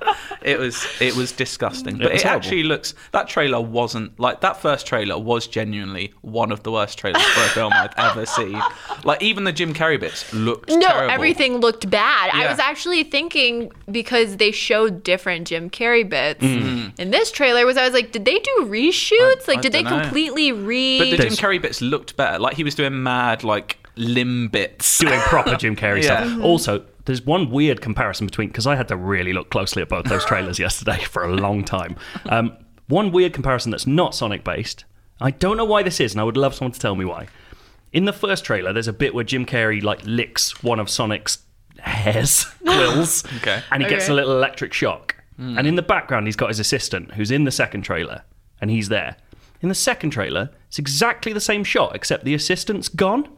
S1: Yeah. it was it was disgusting, but it,
S2: was horrible.
S1: actually looks that trailer wasn't like that first trailer was genuinely one of the worst trailers for a film I've ever seen. Like even the Jim Carrey bits looked
S3: No,
S1: terrible.
S3: everything looked bad. I
S1: Yeah.
S3: was actually thinking because they showed different Jim Carrey bits
S2: Mm-hmm.
S3: in this trailer was I was like, did they do reshoots?
S1: I-
S3: like,
S1: I
S3: did they
S1: dunno.
S3: completely re?
S1: But the Jim
S2: There's-
S1: Carrey bits looked better. Like he was doing mad like limb bits.
S2: doing proper Jim Carrey
S1: Yeah.
S2: stuff. Also, there's one weird comparison between because I had to really look closely at both those trailers yesterday for a long time. Um, one weird comparison that's not Sonic based. I don't know why this is, and I would love someone to tell me why. In the first trailer, there's a bit where Jim Carrey like licks one of Sonic's hairs, quills,
S1: Okay. Hmm.
S2: and he gets
S3: Okay.
S2: a little electric shock. And in the background, he's got his assistant, who's in the second trailer, and he's there. In the second trailer, it's exactly the same shot, except the assistant's gone.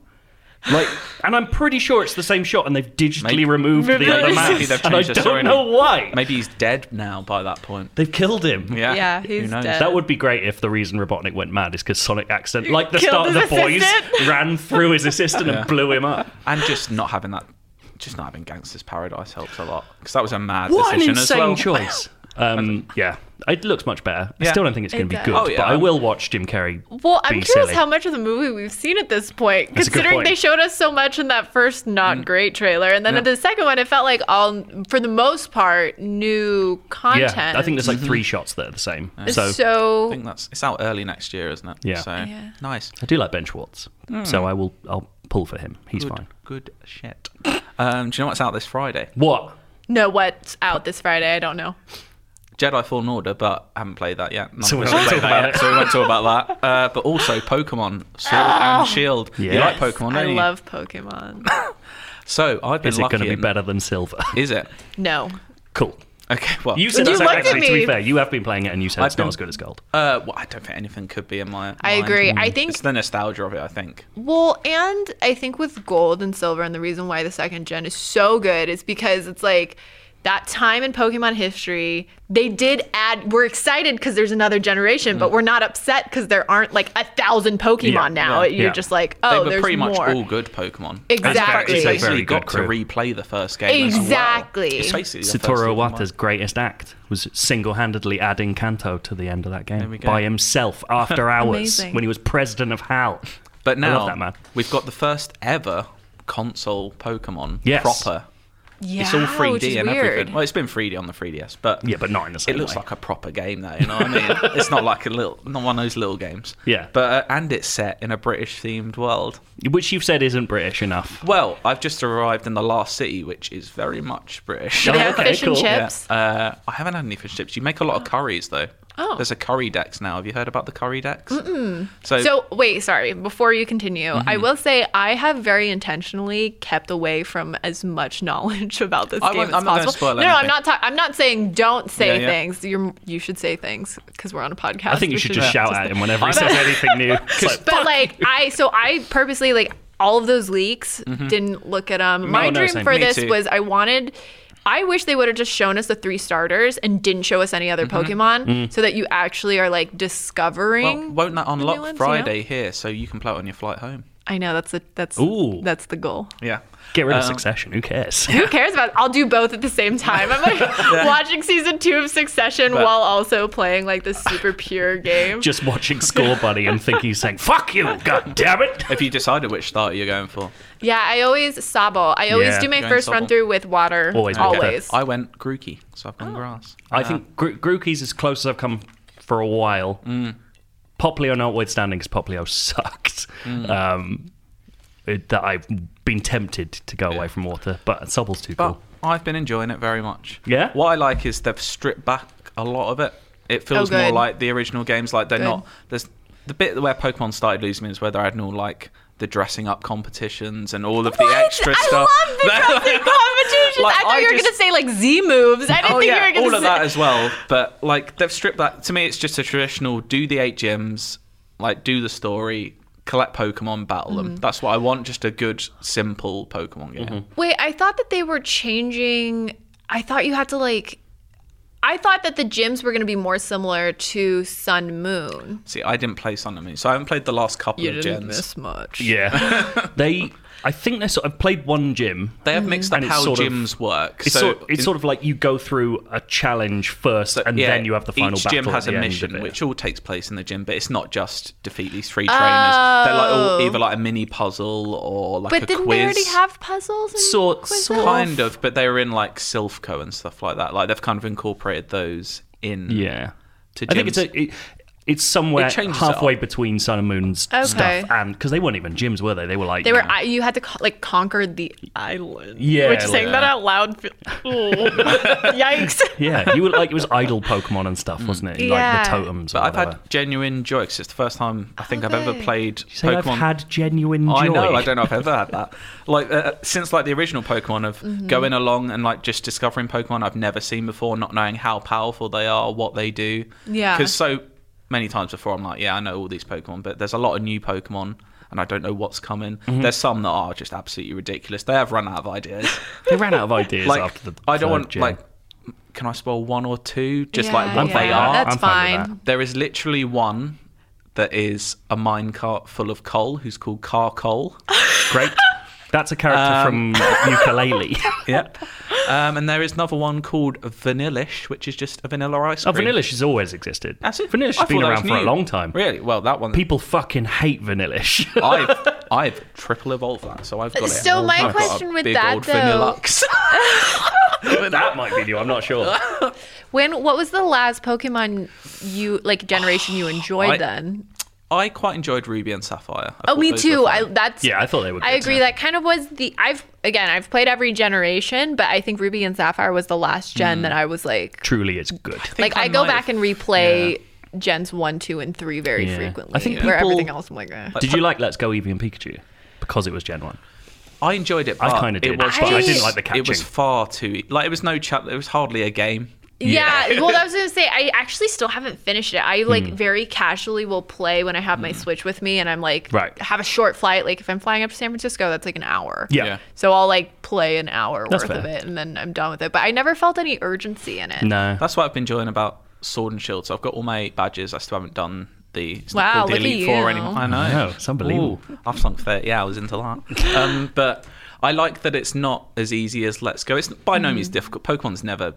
S2: Like, and I'm pretty sure it's the same shot, and they've digitally
S1: Maybe-
S2: removed the other
S1: Maybe
S2: man.
S1: they've
S2: and I
S1: changed the story
S2: don't know
S1: now.
S2: why.
S1: Maybe he's dead now by that point.
S2: They've killed him.
S1: Yeah,
S3: Yeah,
S1: Who
S3: he's
S1: knows?
S3: dead.
S2: That would be great if the reason Robotnik went mad is because Sonic accident, like the
S3: Killed
S2: start of the
S3: his
S2: boys,
S3: assistant.
S2: ran through his assistant and blew him up.
S1: And just not having that, just not having Gangsters Paradise helps a lot because that was a mad
S2: What an
S1: decision as
S2: insane
S1: well.
S2: choice. Um, yeah, it looks much better. I
S1: Yeah.
S2: still don't think it's going to be
S3: It
S2: good,
S3: does.
S1: Oh, yeah.
S2: but I will watch Jim Carrey.
S3: well,
S2: be
S3: I'm curious
S2: silly.
S3: how much of the movie we've seen at this point,
S2: That's a good
S3: considering
S2: point. Mm.
S3: they showed us so much in that first not great trailer, and then in the second one, it felt like all, for the most part, new content.
S2: Yeah, I think there's like
S1: Mm-hmm.
S2: three shots that are the same. So,
S3: so.
S1: I think that's it's out early next year, isn't it?
S2: Yeah.
S1: So
S3: Yeah.
S1: nice.
S2: I do like Ben Schwartz,
S3: Hmm.
S2: so I will. I'll pull for him. He's
S1: Good,
S2: fine.
S1: good shit. Um, do you know what's out this Friday?
S2: What?
S3: no, what's out this Friday? I don't know.
S1: Jedi Fallen Order, but I haven't played that yet. None
S2: So
S1: of
S2: we
S1: us
S2: shouldn't
S1: played
S2: talk about
S1: that,
S2: it.
S1: So we won't talk about that. Uh, but also Pokemon Sword and Shield. You like
S2: Yes.
S1: Pokemon,
S3: Oh. I
S1: don't you?
S3: love Pokemon.
S1: So I've been
S2: Is it
S1: lucky.
S2: going to be
S1: in-
S2: better than Silver?
S1: Is it?
S3: No.
S2: cool.
S1: Okay. Well,
S2: You said
S3: You
S2: that's
S3: looked
S2: actually,
S3: at
S2: to be
S3: me.
S2: fair, you have been playing it and you said
S1: I've
S2: it's
S1: been-
S2: not as good as gold.
S1: Uh, well, I don't think anything could be in my.
S3: I
S1: mind. Hmm.
S3: agree. I think
S1: It's the nostalgia of it. I think.
S3: Well, and I think with gold and silver, and the reason why the second gen is so good is because it's like that time in Pokemon history, they did add, we're excited because there's another generation,
S1: Mm.
S3: but we're not upset because there aren't like a thousand Pokemon
S2: Yeah,
S3: now.
S2: yeah,
S3: You're
S2: yeah.
S3: just like,
S1: They
S3: oh,
S1: were
S3: there's
S1: pretty much
S3: more.
S1: all good Pokemon.
S3: Exactly.
S1: It's
S2: It's a
S1: basically
S2: very
S1: got
S2: good crew.
S1: to replay the first game. as well.
S3: Exactly.
S1: It's basically the first
S2: Satoru
S1: Pokemon.
S2: Iwata's greatest act was single-handedly adding Kanto to the end of that game
S1: we go.
S2: by himself after hours
S3: Amazing.
S2: when he was president of HAL.
S1: But now
S2: that man.
S1: we've got the first ever console Pokemon
S2: Yes.
S1: proper.
S3: yeah,
S1: it's all 3D
S3: which is
S1: and
S3: weird.
S1: everything. Well, it's been 3D on the 3DS, but
S2: Yeah, but not in the same
S1: it looks
S2: way.
S1: like a proper game though. You know what I mean? it's not like a little, not one of those little games.
S2: Yeah.
S1: But uh, and it's set in a British themed world.
S2: Which you've said isn't British enough.
S1: Well, I've just arrived in the last city, which is very much British.
S3: Do they have
S2: Okay,
S3: fish and
S2: cool. Yeah.
S3: chips?
S1: Uh, I haven't had any fish and chips. You make a lot of curries though.
S3: Oh.
S1: There's a curry dex now. Have you heard about the curry dex? Mm-mm. So,
S3: So wait, sorry. Before you continue, I
S1: Mm-hmm.
S3: will say I have very intentionally kept away from as much knowledge about this
S1: I
S3: game
S1: won't-
S3: as
S1: I'm not gonna
S3: possible.
S1: spoil
S3: no, no, I'm
S1: anything.
S3: not. Ta- I'm not saying don't say
S1: Yeah, yeah.
S3: things. You're you should say things because we're on a podcast.
S2: I think you
S3: We
S2: should just shout at him whenever he says anything new. It's like,
S3: But like I, so I
S1: Mm-hmm.
S3: purposely like all of those leaks didn't look at them. My
S2: no,
S3: dream
S2: same.
S3: for
S2: Me
S3: this
S1: too.
S3: was I wanted. I wish they would have just shown us the three starters and didn't show us any other Pokemon so that you actually are like discovering.
S1: Mm-hmm. Mm. Well, won't that
S3: the new
S1: unlock
S3: ones, you know?
S1: Friday here so you can play it on your flight home?
S3: I know that's the that's
S2: Ooh.
S3: that's the goal.
S1: Yeah.
S2: Get rid of
S1: Um,
S2: Succession. Who cares?
S3: Who cares about? I'll do both at the same time. I'm like watching season two of Succession
S1: But-
S3: while also playing like this super pure game.
S2: Just watching Score Buddy and think he's saying "fuck you, god damn it."
S1: If you decided which starter you're going for,
S3: yeah, I always Sabo. I always
S2: Yeah.
S3: do my
S1: Going
S3: first
S1: Sobble.
S3: run through with water.
S2: Always
S3: Always,
S2: with water.
S3: always.
S1: I went Grookey, so I've gone grass.
S2: I think Gro- Grookey's as close as I've come for a while.
S1: Mm.
S2: Poplio notwithstanding, because Poplio sucked,
S1: Mm.
S2: um, it- that I've been tempted to go away from water, but Sobble's too
S1: But
S2: cool.
S1: I've been enjoying it very much.
S2: Yeah?
S1: What I like is they've stripped back a lot of it. It feels more
S3: Oh, good.
S1: like the original games. Like they're
S3: Good.
S1: not. There's the bit where Pokemon started losing me is where they're adding all like the dressing up competitions and all of the
S3: What?
S1: extra stuff. Oh,
S3: I love the dressing competitions.
S1: Like,
S3: I thought
S1: I
S3: you were
S1: just-
S3: gonna say like Z moves. I didn't
S1: Oh
S3: think you
S1: yeah,
S3: were gonna
S1: all of
S3: say
S1: that as well. But like they've stripped that. To me, it's just a traditional do the eight gyms, like do the story, collect Pokemon, battle
S3: Mm-hmm.
S1: them. That's what I want. Just a good, simple Pokemon game.
S2: Mm-hmm.
S3: Wait, I thought that they were changing. I thought you had to like. I thought that the gyms were going to be more similar to Sun Moon.
S1: See, I didn't play Sun and Moon, so I haven't played the last couple of gens.
S3: much.
S2: Yeah, they. I think they sort. I've played one gym.
S1: They have mixed up
S2: And it's
S1: how
S2: sort of-
S1: gyms work.
S2: It's,
S1: so
S2: sort, it's sort of like you go through a challenge first, and
S1: yeah,
S2: then you have the final
S1: each gym
S2: battle.
S1: has
S2: at the
S1: a
S2: end of
S1: mission,
S2: it.
S1: which all takes place in the gym, but it's not just defeat these three trainers. They're like all,
S3: Oh.
S1: either like a mini puzzle or like
S3: But
S1: a
S3: didn't
S1: quiz.
S3: they already have puzzles? And
S2: Sort-
S3: quizzes?
S2: sort
S1: kind of, but they were in like Silphco and stuff like that. Like they've kind of incorporated those in.
S2: Yeah,
S1: to
S2: I think it's
S1: gyms.
S2: a. It, it's somewhere
S1: It changes it
S2: halfway
S1: up.
S2: between Sun and Moon's
S3: Okay.
S2: stuff, and because they weren't even gyms, were they? They were like
S3: They were. I- You had to co- like conquer the island.
S2: Yeah,
S3: Which saying
S2: like-
S3: that out loud. fe- Ooh. Yikes.
S2: Yeah, you were like it was idle Pokemon and stuff, wasn't it?
S3: Yeah.
S2: Like the totems.
S1: But
S2: or
S1: I've
S2: whatever.
S1: had genuine joy 'cause it's the first time I think I've ever
S3: Okay.
S1: played
S2: Say
S1: Pokemon.
S2: I've had genuine joy.
S1: I know. I don't know if I've ever had that. Like uh, since like the original Pokemon of
S3: Mm-hmm.
S1: going along and like just discovering Pokemon I've never seen before, not knowing how powerful they are, what they do.
S3: Yeah.
S1: Because so many times before I'm like, yeah, I know all these Pokemon, but there's a lot of new Pokemon. And I don't know what's coming.
S2: Mm-hmm.
S1: There's some that are just absolutely ridiculous. They have run out of ideas.
S2: They ran out of ideas
S1: like
S2: after the.
S1: I don't
S2: third
S1: want
S2: gym.
S1: like. Can I spoil one or two? Just
S3: Yeah,
S1: like what
S3: yeah,
S1: they are.
S3: That's
S2: I'm fine with
S3: fine.
S1: There is literally one that is a minecart full of coal who's called Car Coal.
S2: great. That's a character
S1: Um,
S2: from Ukulele.
S1: yep. Um, and there is another one called Vanillish, which is just a vanilla ice
S2: oh,
S1: cream.
S2: Vanillish has always existed.
S1: That's it.
S2: Vanillish
S1: I
S2: has been
S1: thought that
S2: around
S1: was
S2: for a
S1: new.
S2: long time.
S1: Really? Oh. Well, that one.
S2: People fucking hate Vanillish.
S1: I've I've triple evolved that, so I've got it.
S3: So
S1: I've
S3: my
S1: got a
S3: question with
S1: big
S3: that,
S1: old
S3: though-
S1: Vanillux.
S2: that might be new. I'm not sure.
S3: When? What was the last Pokemon you like generation you enjoyed
S1: I-
S3: then?
S1: I quite enjoyed Ruby and Sapphire. I
S3: Oh,
S1: thought
S3: me
S1: those were
S3: too.
S1: fun.
S3: I that's
S2: Yeah, I thought they were.
S3: I
S2: good.
S3: agree. That kind of was the I've again I've played every generation, but I think Ruby and Sapphire was the last gen that I was like
S2: Truly, it's good.
S1: think
S3: like I,
S1: I
S3: go
S1: might
S3: back
S1: have-
S3: and replay gens one, two, and three very
S2: Yeah.
S3: frequently.
S2: I think
S3: where
S2: people-
S3: everything else I'm like, eh.
S2: Did you like Let's Go Eevee and Pikachu? Because it was Gen One.
S1: I enjoyed it.
S2: I
S1: but
S2: kinda did,
S1: It was
S3: but I
S1: just-
S3: didn't like
S2: the
S1: It was
S2: catching.
S1: far too like it was no chat. It was hardly a game.
S3: yeah. Well, I was gonna say I actually still haven't finished it. I like
S2: Hmm.
S3: very casually will play when I have my Switch with me, and I'm like,
S2: Right.
S3: have a short flight. Like if I'm flying up to San Francisco, that's like an hour.
S2: Yeah.
S1: Yeah.
S3: So I'll like play an hour
S2: That's
S3: worth of
S2: fair.
S3: it, and then I'm done with it. But I never felt any urgency in it.
S2: No.
S1: That's what I've been enjoying about Sword and Shield. So I've got all my badges. I still haven't done the it's not
S3: Wow,
S1: called the
S3: look at
S1: Elite Four
S3: you.
S1: anymore. I know.
S2: I know, it's unbelievable.
S1: Ooh, I've sunk 30 hours into that. Um, but I like that it's not as easy as Let's Go. It's by
S3: Mm.
S1: no means difficult. Pokemon's never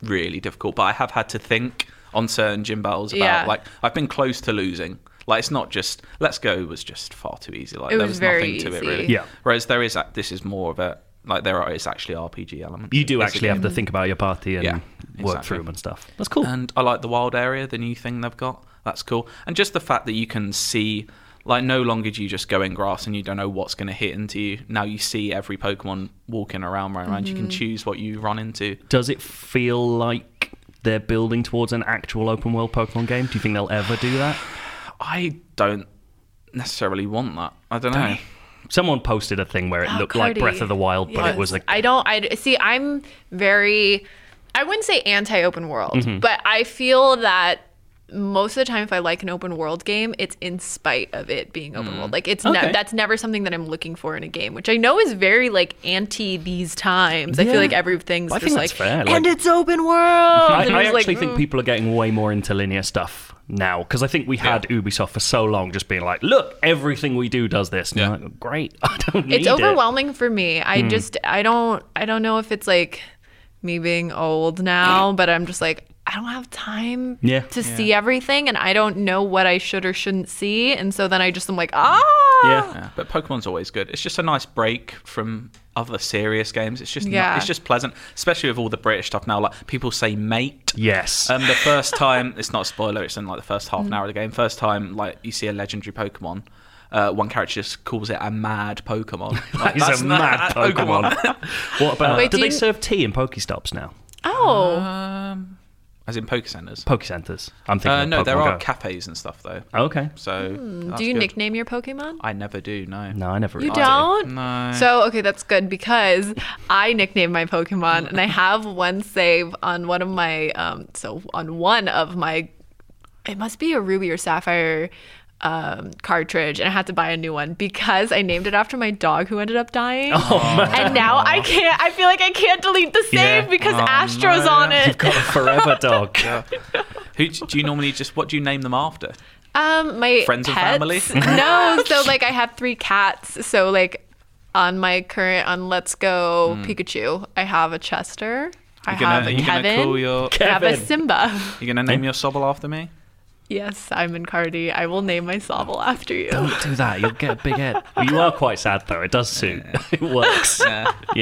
S1: really difficult, but I have had to think on certain gym battles about
S3: Yeah.
S1: like I've been close to losing. Like it's not just Let's Go was just far too easy. Like
S3: It
S1: there
S3: was
S1: was
S3: very
S1: nothing to it
S3: easy.
S1: really.
S2: Yeah.
S1: Whereas there is a- this is more of a like there are it's actually RPG elements.
S2: You do
S1: It's a
S2: actually have to think about your party and
S1: Yeah,
S2: work
S1: exactly.
S2: through them and stuff. That's cool.
S1: and I like the wild area, the new thing they've got. That's cool. And just the fact that you can see, like, no longer do you just go in grass and you don't know what's going to hit into you. Now you see every Pokemon walking around, running around. You can choose what you run into.
S2: Does it feel like they're building towards an actual open world Pokemon game? Do you think they'll ever do that?
S1: I don't necessarily want that. I don't know.
S2: Someone posted a thing where it
S3: Oh,
S2: looked like
S3: Cardi.
S2: Breath of the Wild, but
S3: Yes.
S2: it was a
S3: I don't. I see.
S2: Mm-hmm.
S3: I'm very. I wouldn't say anti open world, but I feel that most of the time if I like an open world game, it's in spite of it being open world. Like it's
S2: Mm. Okay.
S3: ne- that's never something that I'm looking for in a game, which I know is very like anti these times. I feel
S2: Yeah.
S3: like everything's
S2: Well, I
S3: just
S2: think
S3: like,
S2: that's fair, like-
S3: and it's open world.
S2: I,
S3: And
S2: I
S3: it's like,
S2: actually think
S3: mm.
S2: people are getting way more into linear stuff now because I think we had Ubisoft for so long just being like, look, everything we do does this. And
S1: Yeah.
S2: you're like, great. I don't need
S3: it's
S2: it. Hmm.
S3: overwhelming for me. I just I don't I don't know if it's like me being old now, but I'm just like I don't have time
S2: Yeah.
S3: to see everything and I don't know what I should or shouldn't see. And so then I just am like, ah
S2: Yeah.
S1: Yeah, but Pokemon's always good. It's just a nice break from other serious games. It's just not-
S3: Yeah.
S1: it's just pleasant, especially with all the British stuff now. Like people say mate.
S2: Yes.
S1: Um, the first time it's not a spoiler. It's in like the first
S2: Mm.
S1: half an hour of the game. First time like you see a legendary Pokemon. Uh, one character just calls it a mad Pokemon. Like,
S2: He's
S1: that's
S2: a
S1: not-
S2: mad Pokemon. what about?
S3: Wait,
S2: do
S3: do
S2: they
S3: you-
S2: serve tea in Pokestops now?
S3: Oh
S1: Um, as in Pokecenters.
S2: Pokecenters. I'm thinking.
S1: Uh,
S2: of
S1: no, there
S2: Pokemon
S1: are
S2: Go. Mm,
S1: cafes and stuff though.
S2: okay.
S1: So that's
S3: Do you
S1: good.
S3: nickname your Pokemon?
S1: I never do. No.
S2: No, I never.
S3: You
S2: really did.
S3: don't?
S1: No.
S3: So, okay, that's good because I nickname my Pokemon and I have one save on one of my, um, so on one of my, it must be a Ruby or Sapphire um, cartridge and I had to buy a new one because I named it after my dog who ended up dying.
S2: Oh, man.
S3: And now I can't, I feel like I can't delete the save
S2: Yeah. Oh,
S3: because Astro's on it.
S2: Got a forever dog.
S1: Who do you normally just? What do you name them after?
S3: Um, my
S1: Friends and
S3: pets?
S1: family?
S3: no, so like I have three cats. So like on my current on Let's Go Pikachu, I have a Chester. I
S1: Hmm. You're gonna,
S3: have a
S1: you're gonna
S3: Kevin.
S1: call your.
S3: I have a
S2: Kevin.
S3: Simba.
S1: You're gonna name your Sobble after me?
S3: yes, I'm in Cardi. I will name my Sobble after you.
S2: Don't do that. You'll get a big head. Well, you are quite sad though. It does suit. it works.
S1: Yeah. Hmm.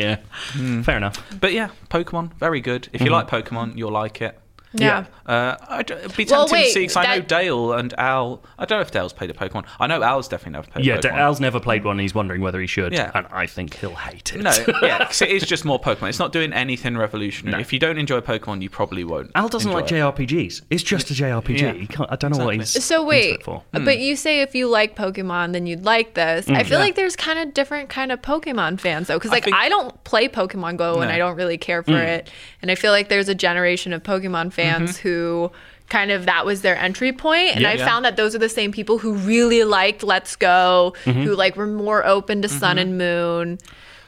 S2: Yeah. Fair enough.
S1: But yeah, Pokemon, very good.
S2: Mm.
S1: If you like Pokemon, you'll like it.
S3: Yeah.
S1: Uh, I'd be tempted
S3: Well,
S1: to
S3: wait,
S1: see because I know
S3: that-
S1: Dale and Al. I don't know if Dale's played a Pokemon. I know Al's definitely never played.
S2: Yeah,
S1: a
S2: D-
S1: Pokemon.
S2: Al's never played one. and He's wondering whether he should,
S1: Yeah.
S2: and I think he'll hate it.
S1: No, yeah, 'cause it is just more Pokemon. It's not doing anything revolutionary.
S2: No.
S1: If you don't enjoy Pokemon, you probably won't.
S2: Al doesn't
S1: enjoy
S2: like
S1: it.
S2: JRPGs. It's just a JRPG.
S1: Yeah.
S2: He can't, I don't know what
S1: Exactly.
S2: he's
S3: So
S2: into
S3: wait, uh,
S2: it for.
S3: but you say if you like Pokemon, then you'd like this. I feel like there's kind of different kind of Pokemon fans though, because like I,
S1: Mm. think-
S3: don't play Pokemon Go and
S1: No. Mm.
S3: I don't really care for it, and I feel like there's a generation of Pokemon fans
S1: Mm-hmm.
S3: who kind of that was their entry point and
S2: Yeah.
S3: i
S2: Yeah.
S3: found that those are the same people who really liked let's go
S1: Mm-hmm.
S3: who like were more open to sun and moon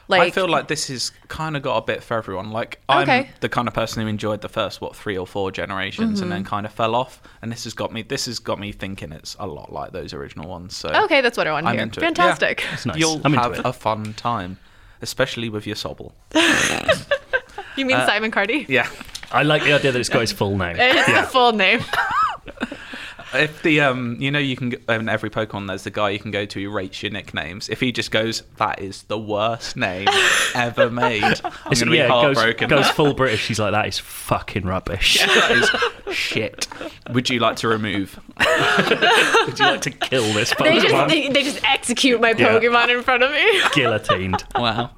S3: like
S1: I feel like this has kind of got a bit for everyone. Like I'm
S3: Okay.
S1: the kind of person who enjoyed the first what three or four generations and then
S3: Mm-hmm.
S1: kind of fell off. And this has got me. This has got me thinking it's a lot like those original ones. So
S3: okay that's what i want to
S1: I'm
S3: hear
S1: into it. Yeah.
S3: fantastic
S2: It's nice.
S1: you'll
S2: I'm into
S1: have
S2: it.
S1: a fun time, especially with your Sobble.
S3: you mean simon cardi
S1: Uh, Yeah.
S2: I like the idea that it's got his full name.
S3: it's the full name
S1: If the um, you know, you can go- in every Pokemon. There's the guy you can go to who rates your nicknames. If he just goes, that is the worst name ever made. I'm
S2: It's-
S1: gonna be
S2: yeah, it
S1: heartbroken.
S2: Goes, goes full British. She's like, that is fucking rubbish.
S1: that is shit. Would you like to remove?
S2: Would you like to kill this
S3: they just
S2: Pokemon?
S3: they, they just execute my
S2: Yeah.
S3: pokemon in front of me
S2: Guillotined.
S1: Wow.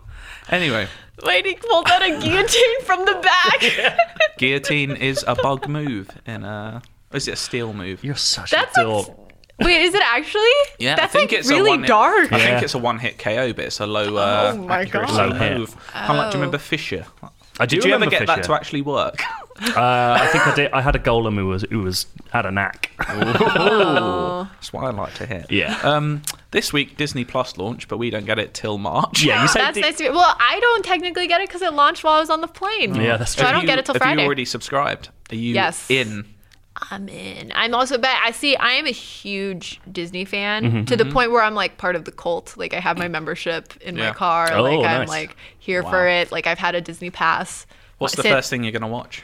S1: Anyway,
S3: Wait, he pulled out a guillotine from the back.
S1: guillotine is a bug move in a. or Is it a steel move?
S2: You're such
S3: That's
S2: a
S3: like,
S2: dork.
S3: wait, is it actually?
S1: Yeah,
S3: that's
S1: I think
S3: like
S1: it's a
S3: really
S1: one
S3: dark.
S1: Hit, I think
S2: Yeah.
S1: it's a one-hit KO, but it's a low. Uh,
S3: Oh my
S1: accuracy,
S3: God.
S1: low
S2: Low hit.
S1: move. Kind of like, do you
S3: Oh.
S1: remember Fisher?
S2: I do
S1: Did you ever
S2: remember
S1: get that
S2: Fisher.
S1: to actually work?
S2: Uh, I think I did. I had a golem who was who was had a knack.
S1: That's what I like to hear.
S2: Yeah.
S1: Um, this week Disney Plus launch, but we don't get it till March.
S2: yeah, you said
S3: That's
S2: the-
S3: nice. To be, well, I don't technically get it because it launched while I was on the plane.
S2: Yeah, that's
S3: so
S2: true.
S3: I don't
S1: you,
S3: get it till
S1: have
S3: Friday.
S1: you already subscribed? Are you
S3: Yes.
S1: in?
S3: I'm in. I'm also, but I see, I am a huge Disney fan
S1: Mm-hmm.
S3: to the point where I'm like part of the cult. Like I have my membership in
S1: Yeah.
S3: my car.
S2: Oh,
S3: like I'm
S2: nice.
S3: like here for
S2: Wow.
S3: it. Like I've had a Disney pass.
S1: What's the
S3: Since-
S1: first thing you're gonna watch?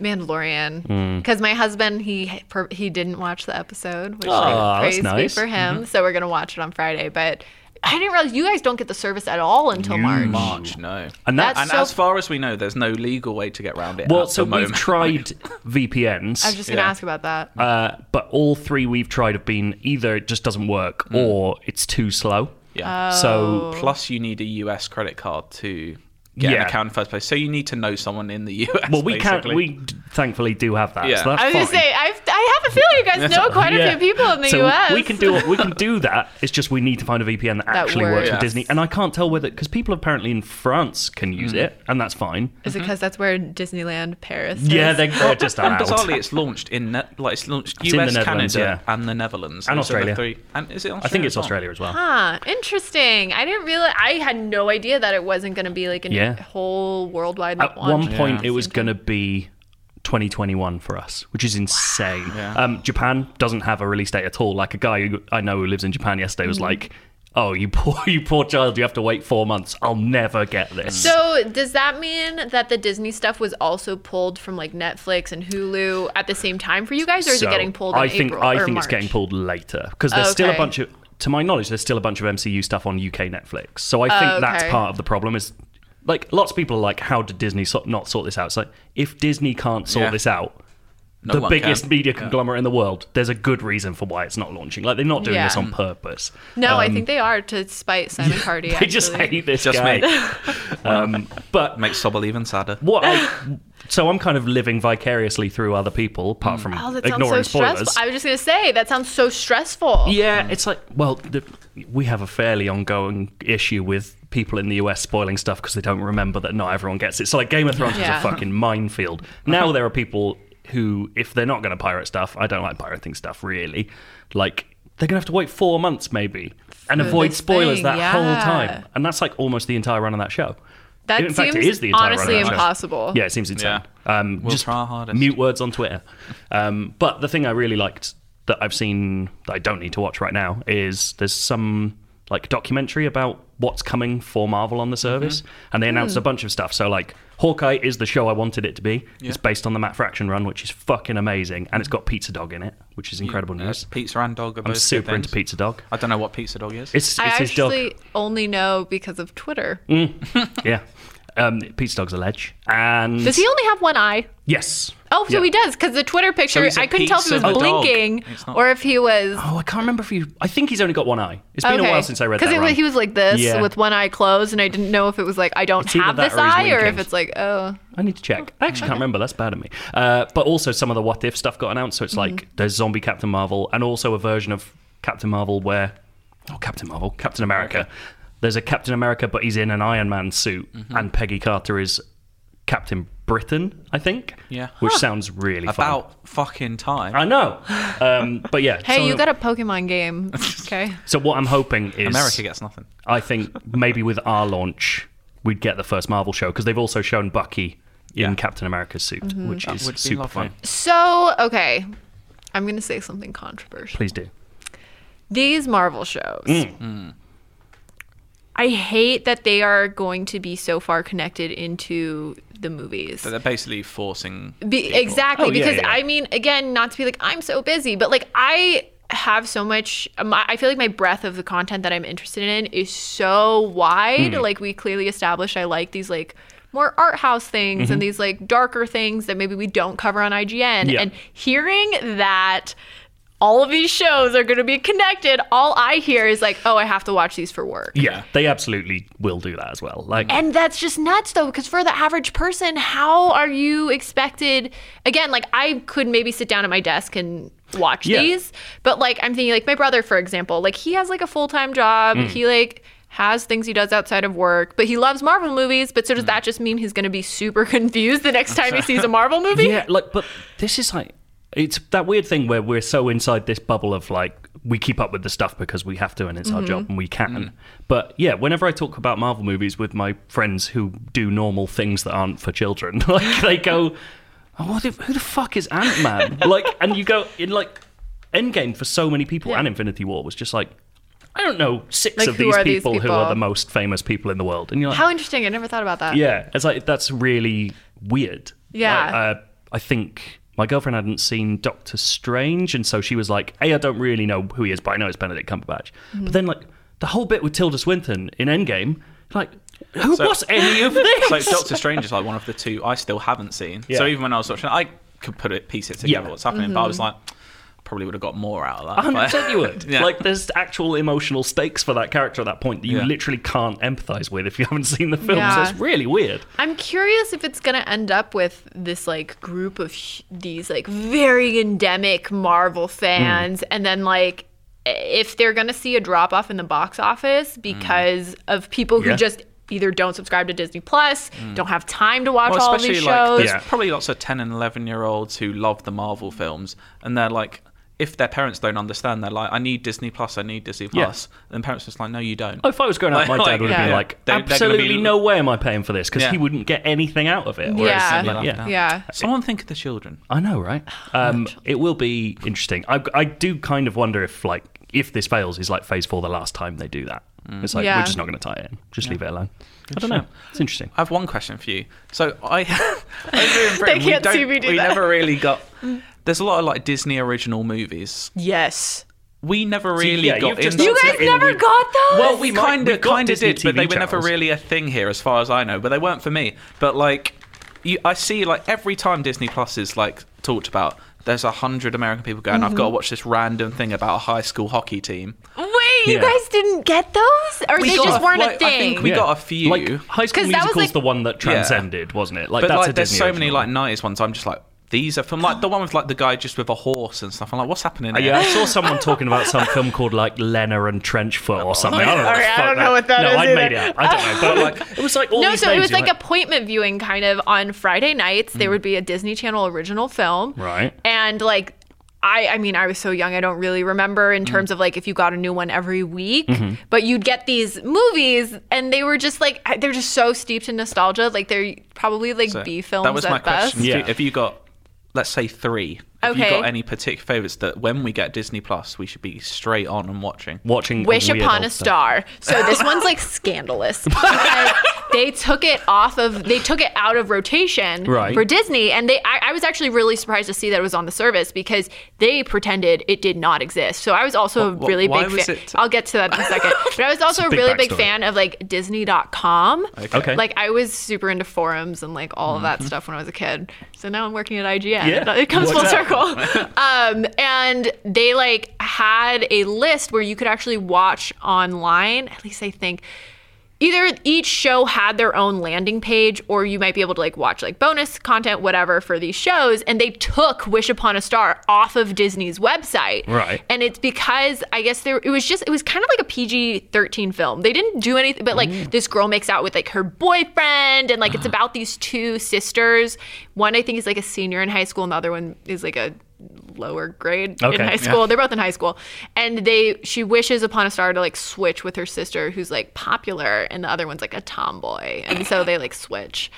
S3: Mandalorian
S2: Hmm.
S3: because my husband he he didn't watch the episode, which
S2: Aw,
S3: like,
S2: that's
S3: praise be
S2: nice. Mm-hmm.
S3: for him. So we're gonna watch it on Friday. But I didn't realize you guys don't get the service at all until March.
S1: March, no.
S2: Oh, And that-
S3: That's
S1: and
S3: so-
S1: as far as we know, there's no legal way to get around it.
S2: well,
S1: at
S2: so
S1: the
S2: we've
S1: moment.
S2: tried
S3: I was just
S2: VPNs,
S3: gonna
S1: Yeah.
S3: ask about that.
S2: uh, but all three we've tried have been either it just doesn't work or it's too slow.
S1: Hmm. yeah.
S2: Uh,
S3: Oh.
S2: So
S1: Plus, you need a US credit card to get
S2: Yeah.
S1: an account in the first place. So you need to know someone in the US.
S2: well, we can't.
S1: basically.
S2: We d- thankfully do have that.
S1: Yeah.
S2: So that's
S3: I was gonna
S2: fine.
S3: say I've, I have I feel like you guys know quite a
S2: Yeah.
S3: few people in the
S2: so
S3: US.
S2: We can do we can do that. It's just we need to find a VPN that, actually works,
S3: works.
S2: with Disney. And I can't tell whether because people apparently in France can
S1: Hmm.
S2: use it, and that's fine.
S3: Is it because that's where Disneyland Paris?
S2: Mhm. Yeah,
S3: is?
S2: they're, they're just
S1: And
S2: out.
S1: bizarrely, it's launched in ne- like it's launched
S2: in the
S1: US,
S2: Netherlands,
S1: Canada,
S2: yeah.
S1: and the Netherlands,
S2: And
S1: Those are the
S2: Australia.
S1: Three. And is it Australia?
S2: I think it's
S1: as well?
S2: Australia as well.
S3: Huh, interesting. I didn't realize. I had no idea that it wasn't going to be like a
S2: Yeah.
S3: whole worldwide
S2: At one
S3: launch.
S2: point,
S1: Yeah.
S2: it was going to be 2021 for us, which is insane.
S1: Yeah.
S2: Um, Japan doesn't have a release date at all. Like a guy who I know who lives in Japan yesterday
S3: Hmm.
S2: was like, "Oh, you poor, you poor child, you have to wait four months. I'll never get this."
S3: Hmm. So does that mean that the Disney stuff was also pulled from like Netflix and Hulu at the same time for you guys, or is
S2: So
S3: it getting pulled? In
S2: I think
S3: April
S2: I
S3: or
S2: think it's
S3: March?
S2: getting pulled later because there's still a
S3: Okay.
S2: bunch of, to my knowledge, there's still a bunch of MCU stuff on UK Netflix. So I think that's
S3: okay.
S2: part of the problem. Is like lots of people are like, "How did Disney so- not sort this out?" It's like if Disney can't sort
S1: Yeah.
S2: this out,
S1: No
S2: the
S1: one
S2: biggest
S1: can.
S2: media conglomerate in the world. There's a good reason for why it's not launching. Like they're not doing
S3: Yeah.
S2: this on purpose.
S3: No, I think they are to spite Simon Cardi.
S2: um, They just
S3: actually.
S2: hate this
S1: Just
S2: guy.
S1: me.
S2: Um, but
S1: Makes Sobble even sadder.
S2: what? I, so I'm kind of living vicariously through other people, apart from
S3: Oh, that sounds so
S2: ignoring spoilers.
S3: stressful. I was just gonna say that sounds so stressful.
S2: yeah, it's like well, the, we have a fairly ongoing issue with people in the US spoiling stuff because they don't remember that not everyone gets it. So like Game of Thrones was
S3: Yeah.
S2: a fucking minefield. Now there are people who, if they're not going to pirate stuff, I don't like pirating stuff really. Like they're going to have to wait four months maybe and avoid
S3: this
S2: spoilers
S3: thing,
S2: that whole
S3: yeah.
S2: time, and that's like almost the entire run of that show.
S3: That
S2: in fact, it
S3: seems
S2: is the entire
S3: honestly
S2: run of that show.
S3: impossible.
S2: Yeah, it seems insane. Um,
S1: We'll
S2: just
S1: try our hardest.
S2: mute words on Twitter. Um, but the thing I really liked that I've seen that I don't need to watch right now is there's some like documentary about what's coming for Marvel
S1: Mm-hmm.
S2: on the service, and they announced
S3: Hmm.
S2: a bunch of stuff. So like Hawkeye is the show I wanted it to be. It's based on the Matt Fraction run, which is fucking amazing, and it's got Pizza Dog in it, which is incredible
S1: Uh,
S2: news.
S1: pizza and dog are both
S2: I'm
S1: good
S2: super into
S1: things.
S2: Pizza Dog.
S1: I don't know what pizza dog is.
S2: It's, it's
S3: I
S2: his Mm. dog.
S3: actually only know because of Twitter.
S2: Yeah. Um, Pizza Dog's a ledge. And
S3: Does he only have one eye?
S2: yes.
S3: Oh, so
S2: Yeah.
S3: he does because the Twitter picture.
S1: he's a
S3: I couldn't tell if he was
S1: pizza dog.
S3: blinking
S1: It's not-
S3: or if he was.
S2: Oh, I can't remember if you. I think he's only got one eye. It's been a while since I read that.
S3: Because
S2: run.
S3: he was like this
S2: Yeah.
S3: with one eye closed, and I didn't know if it was like I don't
S2: It's either
S3: have
S2: that
S3: this
S2: or he's
S3: eye, or if
S2: winking.
S3: it's like oh,
S2: I need to check. I actually can't remember. That's bad at me. Uh, but also, some of the what if stuff got announced. So it's
S3: Mm-hmm.
S2: like there's zombie Captain Marvel, and also a version of Captain Marvel where, oh, Captain Marvel, Captain America. There's a Captain America, but he's in an Iron Man suit,
S3: Mm-hmm.
S2: and Peggy Carter is Captain Britain, I think.
S1: Yeah.
S2: which sounds really fun.
S1: About fucking time.
S2: I know. Um, but yeah.
S3: hey,
S2: so,
S3: you got a Pokemon game, okay?
S2: So what I'm hoping is
S1: America gets nothing.
S2: I think maybe with our launch, we'd get the first Marvel show because they've also shown Bucky in
S1: Yeah.
S2: Captain America's suit, which is
S1: Mm-hmm. would be
S2: super
S1: lovely.
S2: fun.
S3: So okay, I'm gonna say something controversial.
S2: Please do.
S3: These Marvel shows.
S2: Mm.
S3: I hate that they are going to be so far connected into the movies.
S1: But they're basically forcing.
S3: Be, exactly
S2: Oh, yeah,
S3: because
S2: yeah.
S3: I mean, again, not to be like I'm so busy, but like I have so much. My, I feel like my breadth of the content that I'm interested in is so wide.
S2: Hmm.
S3: Like we clearly established, I like these like more art house things
S2: Mm-hmm.
S3: and these like darker things that maybe we don't cover on IGN.
S2: Yeah.
S3: And hearing that. All of these shows are going to be connected. All I hear is like, "Oh, I have to watch these for work."
S2: Yeah, they absolutely will do that as well. Like,
S3: And that's just nuts, though, because for the average person, how are you expected? Again, like I could maybe sit down at my desk and watch
S2: Yeah.
S3: these, but like I'm thinking, like my brother, for example, like he has like a full time job.
S2: Mm.
S3: He like has things he does outside of work, but he loves Marvel movies. But so
S2: Mm.
S3: does that just mean he's going to be super confused the next time he sees a Marvel movie?
S2: yeah, like, but this is like, it's that weird thing where we're so inside this bubble of like, we keep up with the stuff because we have to and it's
S3: Mm-hmm.
S2: our job and we can. But yeah, whenever I talk about Marvel movies with my friends who do normal things that aren't for children, like, they go, oh, what if, who the fuck is Ant Man? like, and you go, in like, Endgame for so many people and Infinity War was just like, I don't know, six
S3: Like,
S2: of
S3: who
S2: these
S3: are
S2: people,
S3: these
S2: who are
S3: people?
S2: the most famous people in the world. And you're like,
S3: How interesting. I never thought about that.
S2: yeah, it's like that's really weird.
S3: Yeah.
S2: Like, uh, I think my girlfriend hadn't seen Doctor Strange, and so she was like, "Hey, I don't really know who he is, but I know it's Benedict Cumberbatch."
S3: Mm-hmm.
S2: But then, like the whole bit with Tilda Swinton in Endgame, like who was any of this?
S1: So Doctor Strange is like one of the two I still haven't seen.
S2: Yeah.
S1: So even when I was watching, it, I could put it piece it together
S2: Yeah.
S3: Mm-hmm.
S1: what's happening, but I was like, probably would have got more out of that.
S2: hundred
S1: but-
S2: percent you would.
S1: Yeah.
S2: Like there's actual emotional stakes for that character at that point that you
S1: Yeah.
S2: literally can't empathize with if you haven't seen the film.
S3: Yeah.
S2: So it's really weird.
S3: I'm curious if it's gonna end up with this like group of hu- these like very endemic Marvel
S1: Hmm.
S3: fans, and then like if they're gonna see a drop off in the box office
S1: Hmm.
S3: because of people who
S2: Yeah.
S3: just either don't subscribe to Disney Plus, don't have time to watch
S1: Hmm. Well,
S3: all of these
S1: especially
S3: shows.
S1: like there's
S2: Yeah.
S1: probably lots of 10 and 11 year olds who love the Marvel films, and they're like, if their parents don't understand, they're like, I need Disney Plus, I need Disney
S2: Yeah. Oh,
S1: Plus, and parents are just like, no, you don't.
S2: If I was growing up, my
S1: Like-
S2: dad would have been
S3: yeah.
S2: like,
S1: They're- they're gonna
S2: absolutely
S1: be-
S2: no way am I paying for this because
S1: Yeah.
S2: he wouldn't get anything out of it. Whereas,
S3: Yeah.
S2: like,
S1: Yeah.
S3: yeah.
S1: Someone think of the children.
S2: I know, right?
S1: Oh,
S2: Um, it will be interesting. I, I do kind of wonder if like if this fails, is like Phase Four the last time they do that?
S1: Mm.
S2: It's like
S3: Yeah.
S2: we're just not going to tie it in. Just leave it alone. I don't know. It's interesting.
S1: I have one question for you. So I, over in Britain, we
S3: can't
S1: don't-
S3: see me do
S1: we
S3: that. Mm.
S1: never really got. There's a lot of like Disney original movies.
S3: Yes.
S1: We never really
S2: yeah,
S1: got
S2: you've just
S1: into.
S3: You
S2: That's
S3: guys
S2: it,
S3: never
S2: we-
S3: got those?
S1: well, we
S2: might-
S1: kind of
S2: we've got
S1: kind of
S2: Disney
S1: did, but they
S2: TV
S1: were never
S2: channels.
S1: really a thing here, as far as I know. But they weren't for me. But like, you, I see like every time Disney Plus is like talked about, there's a hundred American people going, "I've got
S3: Mm-hmm.
S1: to watch this random thing about a high school hockey team."
S3: Wait, you
S2: Yeah.
S3: guys didn't get those? Or they
S1: got
S3: just
S1: a-
S3: weren't a
S1: like, I
S3: thing?
S1: think we got a few.
S2: Like High School
S3: 'Cause that
S2: Musical's
S3: was, like-
S2: the one that transcended, wasn't it? Like
S1: But
S2: that's a
S1: like, there's
S2: Disney
S1: so many
S2: original.
S1: like '90s ones. I'm just like, these are from like the one with like the guy just with a horse and stuff. I'm like, what's happening?
S2: Uh,
S1: here?
S2: Yeah, I saw someone talking about some film called like Lena and Trenchfoot
S1: Oh,
S2: or something. I don't know, what the fuck
S3: Alright, I don't know what that
S2: no,
S3: is
S2: I made it
S3: either.
S2: up. I don't know, but like it was like all
S3: No,
S2: these
S3: so
S2: names,
S3: it was
S2: you're
S3: like appointment viewing kind of on Friday nights. There would be a Disney Channel original film.
S2: Mm. Right.
S3: And like I I mean I was so young I don't really remember
S2: Mm.
S3: in terms of like if you got a new one every week,
S2: Mm-hmm.
S3: but you'd get these movies and they were just like I- they're just so steeped in nostalgia. Like they're probably like
S1: So
S3: B films
S1: That was
S3: at
S1: my
S3: best.
S1: question.
S2: Yeah.
S1: If you got, let's say three. Have you
S3: Okay.
S1: got any particular favorites that when we get Disney Plus, we should be straight on and watching?
S2: watching
S3: Wish
S2: weird
S3: Upon
S2: old
S3: a
S2: stuff.
S3: Star. So this one's like scandalous. because they took it off of they took it out of rotation
S2: Right.
S3: for Disney and they I, I was actually really surprised to see that it was on the service because they pretended it did not exist. So I was also
S1: Wha- wha-
S3: a really
S1: why
S3: big
S1: was
S3: fan.
S1: it-
S3: I'll get to that in a second. But I was also a
S2: big
S3: really big
S2: backstory.
S3: fan of like Disney.com.
S2: Okay. Mm-hmm.
S3: Like I was super into forums and like all of that stuff when I was a kid. So now I'm working at IGN.
S2: Yeah.
S3: It comes full
S2: What's up?
S3: circle. um, and they like had a list where you could actually watch online. At least I think either each show had their own landing page, or you might be able to like watch like bonus content, whatever, for these shows. And they took Wish Upon a Star off of Disney's website,
S2: Right.
S3: And it's because I guess there it was just it was kind of like a PG thirteen film. They didn't do anything, but like
S2: Mm.
S3: this girl makes out with like her boyfriend, and like
S2: Ah.
S3: it's about these two sisters. One I think is like a senior in high school, and the other one is like a lower grade in
S2: Okay,
S3: high
S2: yeah.
S3: school. They're both in high school, and they she wishes upon a star to like switch with her sister, who's like popular, and the other one's like a tomboy, and so they like switch.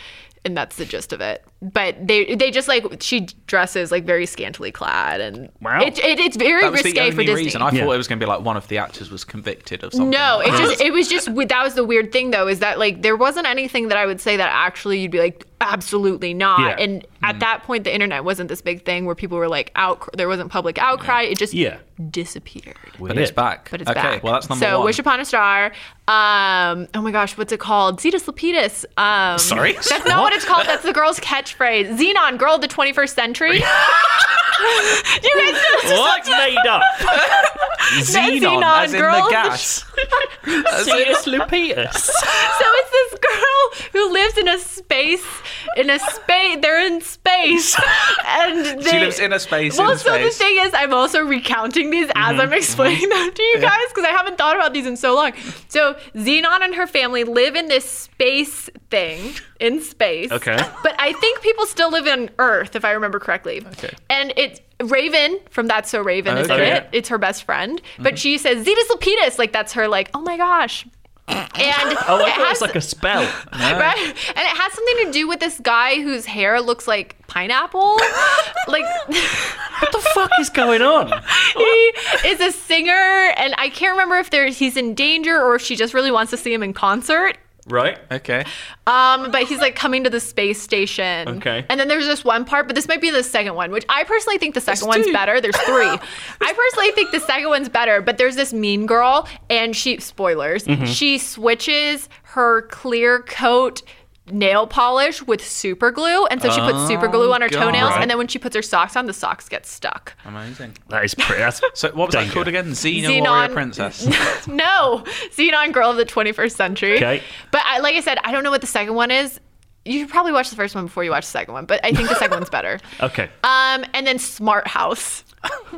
S3: And that's the gist of it. But they they just like she dresses like very scantily clad and
S2: Wow.
S3: it, it, it's very
S1: That was
S3: risque
S1: the
S3: for
S1: only
S3: Disney.
S1: reason. I
S2: Yeah.
S1: thought it was going to be like one of the actors was convicted of something.
S3: no,
S1: like
S3: it just it was just that was the weird thing though is that like there wasn't anything that I would say that actually you'd be like absolutely not.
S2: Yeah.
S3: And
S1: Mm-hmm.
S3: at that point, the internet wasn't this big thing where people were like out. There wasn't public outcry. It just
S2: Yeah.
S3: disappeared.
S1: But it's back.
S3: But it's
S1: okay,
S3: back.
S1: well, that's number
S3: so
S1: one.
S3: Wish Upon a Star. Um, oh my gosh, what's it called? Zetas Lapidus. Um,
S1: Sorry?
S3: that's not what it's called. That's the girl's catchphrase. Xenon, girl of the 21st century. you guys know
S2: What made up?
S3: Xenon,
S1: Xenon, as in
S3: girl.
S1: the gas.
S2: Cetus Lupitus.
S3: So it's this girl who lives in a space, in a space. They're in space, and they,
S1: She lives in a space
S3: Well,
S1: in
S3: so
S1: space.
S3: the thing is, I'm also recounting these as
S2: Mm-hmm.
S3: I'm explaining them to you guys because I haven't thought about these in so long. So Xenon and her family live in this space thing in space.
S2: Okay.
S3: But I think people still live on Earth, if I remember correctly.
S1: Okay.
S3: And it's Raven from That's So Raven is in
S1: Okay.
S3: it. It's her best friend,
S2: Mm-hmm.
S3: but she says Zetas Lapidus, like that's her, like oh my gosh. And
S2: Oh, I
S3: it
S2: thought it
S3: has
S2: was like a spell.
S3: right? And it has something to do with this guy whose hair looks like pineapple. like
S2: what the fuck is going on?
S3: he is a singer, and I can't remember if there's he's in danger or if she just really wants to see him in concert.
S2: Right?
S1: Okay.
S3: Um, but he's like coming to the space station.
S2: Okay.
S3: And then there's this one part, but this might be the second one, which I personally think the second one's
S2: two.
S3: better. There's three. I personally think the second one's better, but there's this mean
S2: Mm-hmm.
S3: girl, and she spoilers. She switches her clear coat nail polish with super glue, and so she puts super glue on her
S1: Oh,
S3: toenails,
S2: God.
S3: and then when she puts her socks on, the socks get stuck.
S1: Amazing.
S2: That is pretty. That's
S1: So what was
S2: Danger.
S1: that called again? Xena
S3: Xenon-
S1: Warrior Princess.
S3: no, Xenon Girl of the 21st Century.
S2: Okay.
S3: But I, like I said, I don't know what the second one is. You should probably watch the first one before you watch the second one, but I think the second one's better.
S2: okay.
S3: Um, and then Smart House.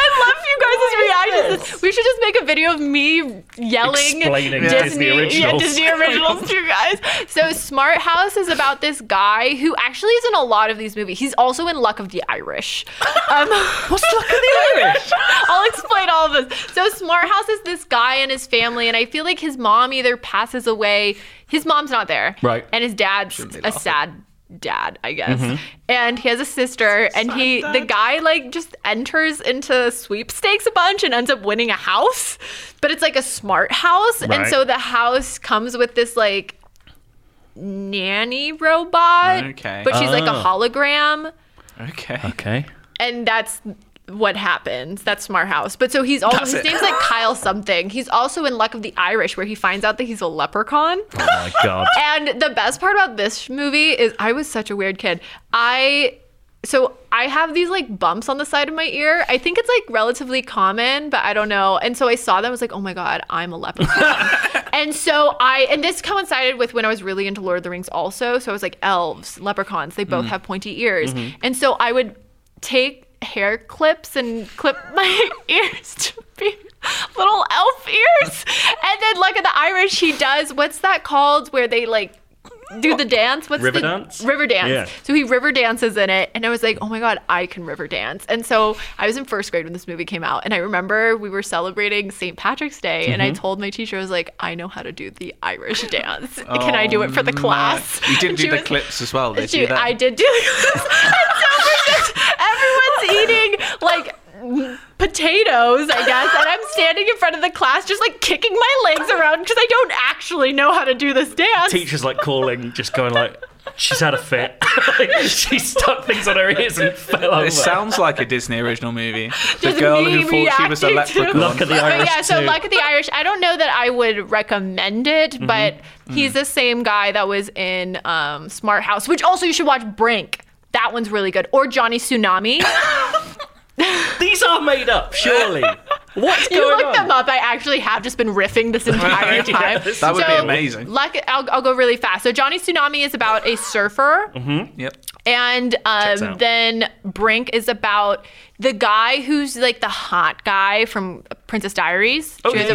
S3: I love you guys' reactions. We should just make a video of me yelling
S2: Explaining
S3: Disney,
S2: Disney
S3: Yeah,
S2: originals.
S3: Disney originals to you guys. So Smart House is about this guy who actually is in a lot of these movies. He's also in Luck of the Irish. Um, What's Luck of the Irish? I'll explain all of this. So Smart House is this guy and his family, and I feel like his mom either passes away. His mom's not there,
S2: Right.
S3: And his dad's
S1: be Mm-hmm.
S3: a
S1: laughing.
S3: sad dad, I guess. And he has a sister, and he the guy like just enters into sweepstakes a bunch and ends up winning a house, but it's like a smart house, and
S2: Right.
S3: so the house comes with this like nanny robot,
S1: Okay. Oh.
S3: but she's like a
S2: Ah.
S3: hologram,
S1: okay.
S2: Okay.
S3: and that's what happens that's smart house but so he's also
S1: That's
S3: his
S1: it.
S3: name's like kyle something he's also in luck of the irish where he finds out that he's a leprechaun
S2: Oh my god.
S3: and the best part about this movie is I was such a weird kid. I so I have these like bumps on the side of my ear. I think it's like relatively common, but I don't know. And so I saw them. I was like, oh my god, I'm a leprechaun. and so I and this coincided with when I was really into Lord of the Rings also. So I was like, elves, leprechauns, they
S2: Mm.
S3: both have pointy ears.
S2: Mm-hmm.
S3: And so I would take hair clips and clip my ears to be little elf ears. And then look at the Irish, he does what's that called where they like do the dance? What's
S2: River
S3: the
S2: dance?
S3: River dance.
S2: Yeah.
S3: So he river dances in it, and I was like, oh my god, I can river dance. And so I was in first grade when this movie came out, and I remember we were celebrating St. Patrick's Day, and
S1: Mm-hmm.
S3: I told my teacher, I was like, I know how to do the Irish dance. can I do it for the class?
S1: Oh, You didn't
S3: And
S1: do
S3: she
S1: the
S3: was-
S1: clips as well, did
S3: she-
S1: you? then?
S3: I did do the clips. and so we're just, everyone's eating like potatoes, I guess, and I'm standing in front of the class just like kicking my legs around because I don't actually know how to do this dance.
S2: Teachers like calling, just going like, she's had a fit. she stuck things on her ears and fell over.
S1: It sounds like a Disney original movie. The
S3: Just
S1: girl
S3: me
S1: who thought she was a
S3: reacting to-
S1: leprechaun.
S2: Luck of the Irish.
S3: But yeah, so
S2: too. Mm-hmm.
S3: Luck of the Irish. I don't know that I would recommend it, but
S2: Mm.
S3: he's the same guy that was in um, Smart House, which also you should watch Brink. That one's really good. Or Johnny Tsunami.
S2: These are made up, surely. What's
S3: you
S2: going
S3: look
S2: on?
S3: them up. I actually have just been riffing this entire
S2: Yeah,
S3: time.
S2: this
S1: That would be
S3: So,
S1: amazing.
S3: Luck, I'll, I'll go really fast. So Johnny Tsunami is about a surfer.
S1: Yep.
S3: And um,
S2: out.
S3: then Brink is about the guy who's like the hot guy from Princess Diaries. Oh,
S2: yeah, yeah.
S1: Yeah,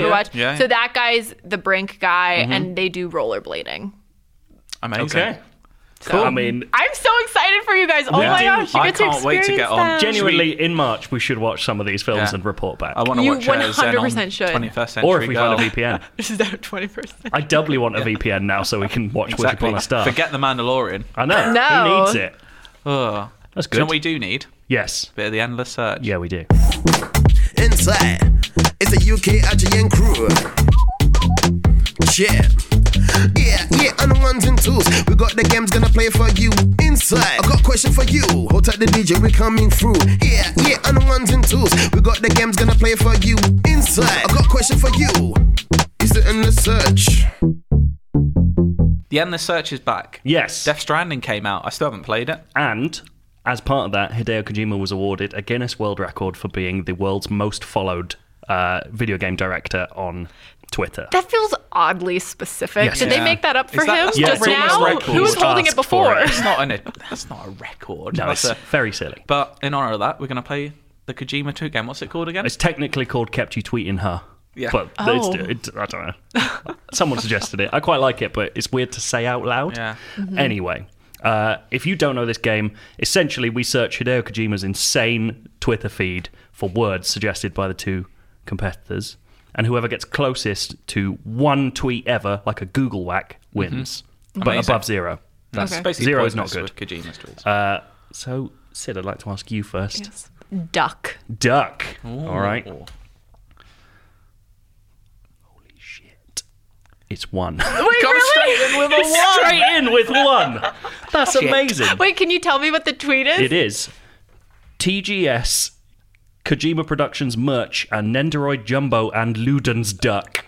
S1: Mm-hmm.
S3: So
S1: yeah.
S3: that guy's the Brink guy, and they do rollerblading.
S1: Amazing.
S2: Okay.
S3: Cool.
S2: I mean,
S3: I'm so excited for you guys. Oh
S2: Yeah.
S3: my gosh, you
S1: I
S3: get to
S1: can't wait to
S3: experience
S1: get on.
S3: that.
S1: Gen-
S2: genuinely, in March, we should watch some of these films
S1: Yeah.
S2: and report back.
S1: I want to
S3: You
S1: watch uh, Xenon
S3: 100% should.
S1: 21st Century
S2: or if we
S1: Girl.
S2: find a VPN.
S3: This is that 21st.
S2: I doubly want a VPN now so we can watch exactly.
S1: Exactly.
S2: Witch Upon a Star.
S1: Forget the Mandalorian.
S2: I know.
S3: No.
S2: Who needs it?
S1: Ugh.
S2: That's
S1: Do you know
S2: good.
S1: what we do need?
S2: Yes.
S1: A bit of the endless search.
S2: Yeah, we do.
S4: Inside, it's a UK IGN crew. Yeah. Yeah, yeah, on the ones and twos. We got the games gonna play for you. Inside, I got a question for you. Hold tight the DJ, we coming through. Yeah, yeah, on the ones and twos. We got the games gonna play for you. Inside, I got a question for you. Is it in the search?
S1: The endless search is back.
S2: Yes.
S1: Death Stranding came out. I still haven't played it.
S2: and as part of that, Hideo Kojima was awarded a Guinness World Record for being the world's most followed uh, video game director on Twitter.
S3: That feels oddly specific.
S2: Yes.
S3: Did
S1: Yeah.
S3: they make that up for
S1: Is that-
S3: him
S1: Yeah,
S3: just
S1: it's almost
S3: now?
S1: like
S3: Who was
S1: he's
S3: holding it
S2: asked for
S3: before?
S2: it.
S1: That's not an. That's not a record.
S2: no,
S1: That's
S2: it's
S1: a,
S2: very silly.
S1: but in honor of that, we're gonna play the Kojima 2 game. What's it called again?
S2: It's technically called Kept You Tweeting Her.
S1: Yeah.
S2: But
S3: Oh.
S2: it's, it, I don't know. Someone suggested it. I quite like it, but it's weird to say out loud.
S1: Yeah.
S2: Anyway, uh, if you don't know this game, essentially we search Hideo Kojima's insane Twitter feed for words suggested by the two competitors, and whoever gets closest to one tweet ever, like a Google whack,
S1: Mm-hmm.
S2: wins. But
S1: Amazing.
S2: above zero.
S1: That's
S3: Okay.
S1: basically
S2: Zero is not
S1: pointless with Kojima's tweets.
S2: Uh, so, Sid, I'd like to ask you first.
S3: Duck.
S2: Duck. All right.
S1: Ooh.
S2: Shit. It's one.
S3: Wait, really?
S2: straight in with one. That's amazing.
S3: Wait, can you tell me what the tweet is?
S2: It is TGS, Kojima Productions merch, and Nendoroid Jumbo and Luden's Duck.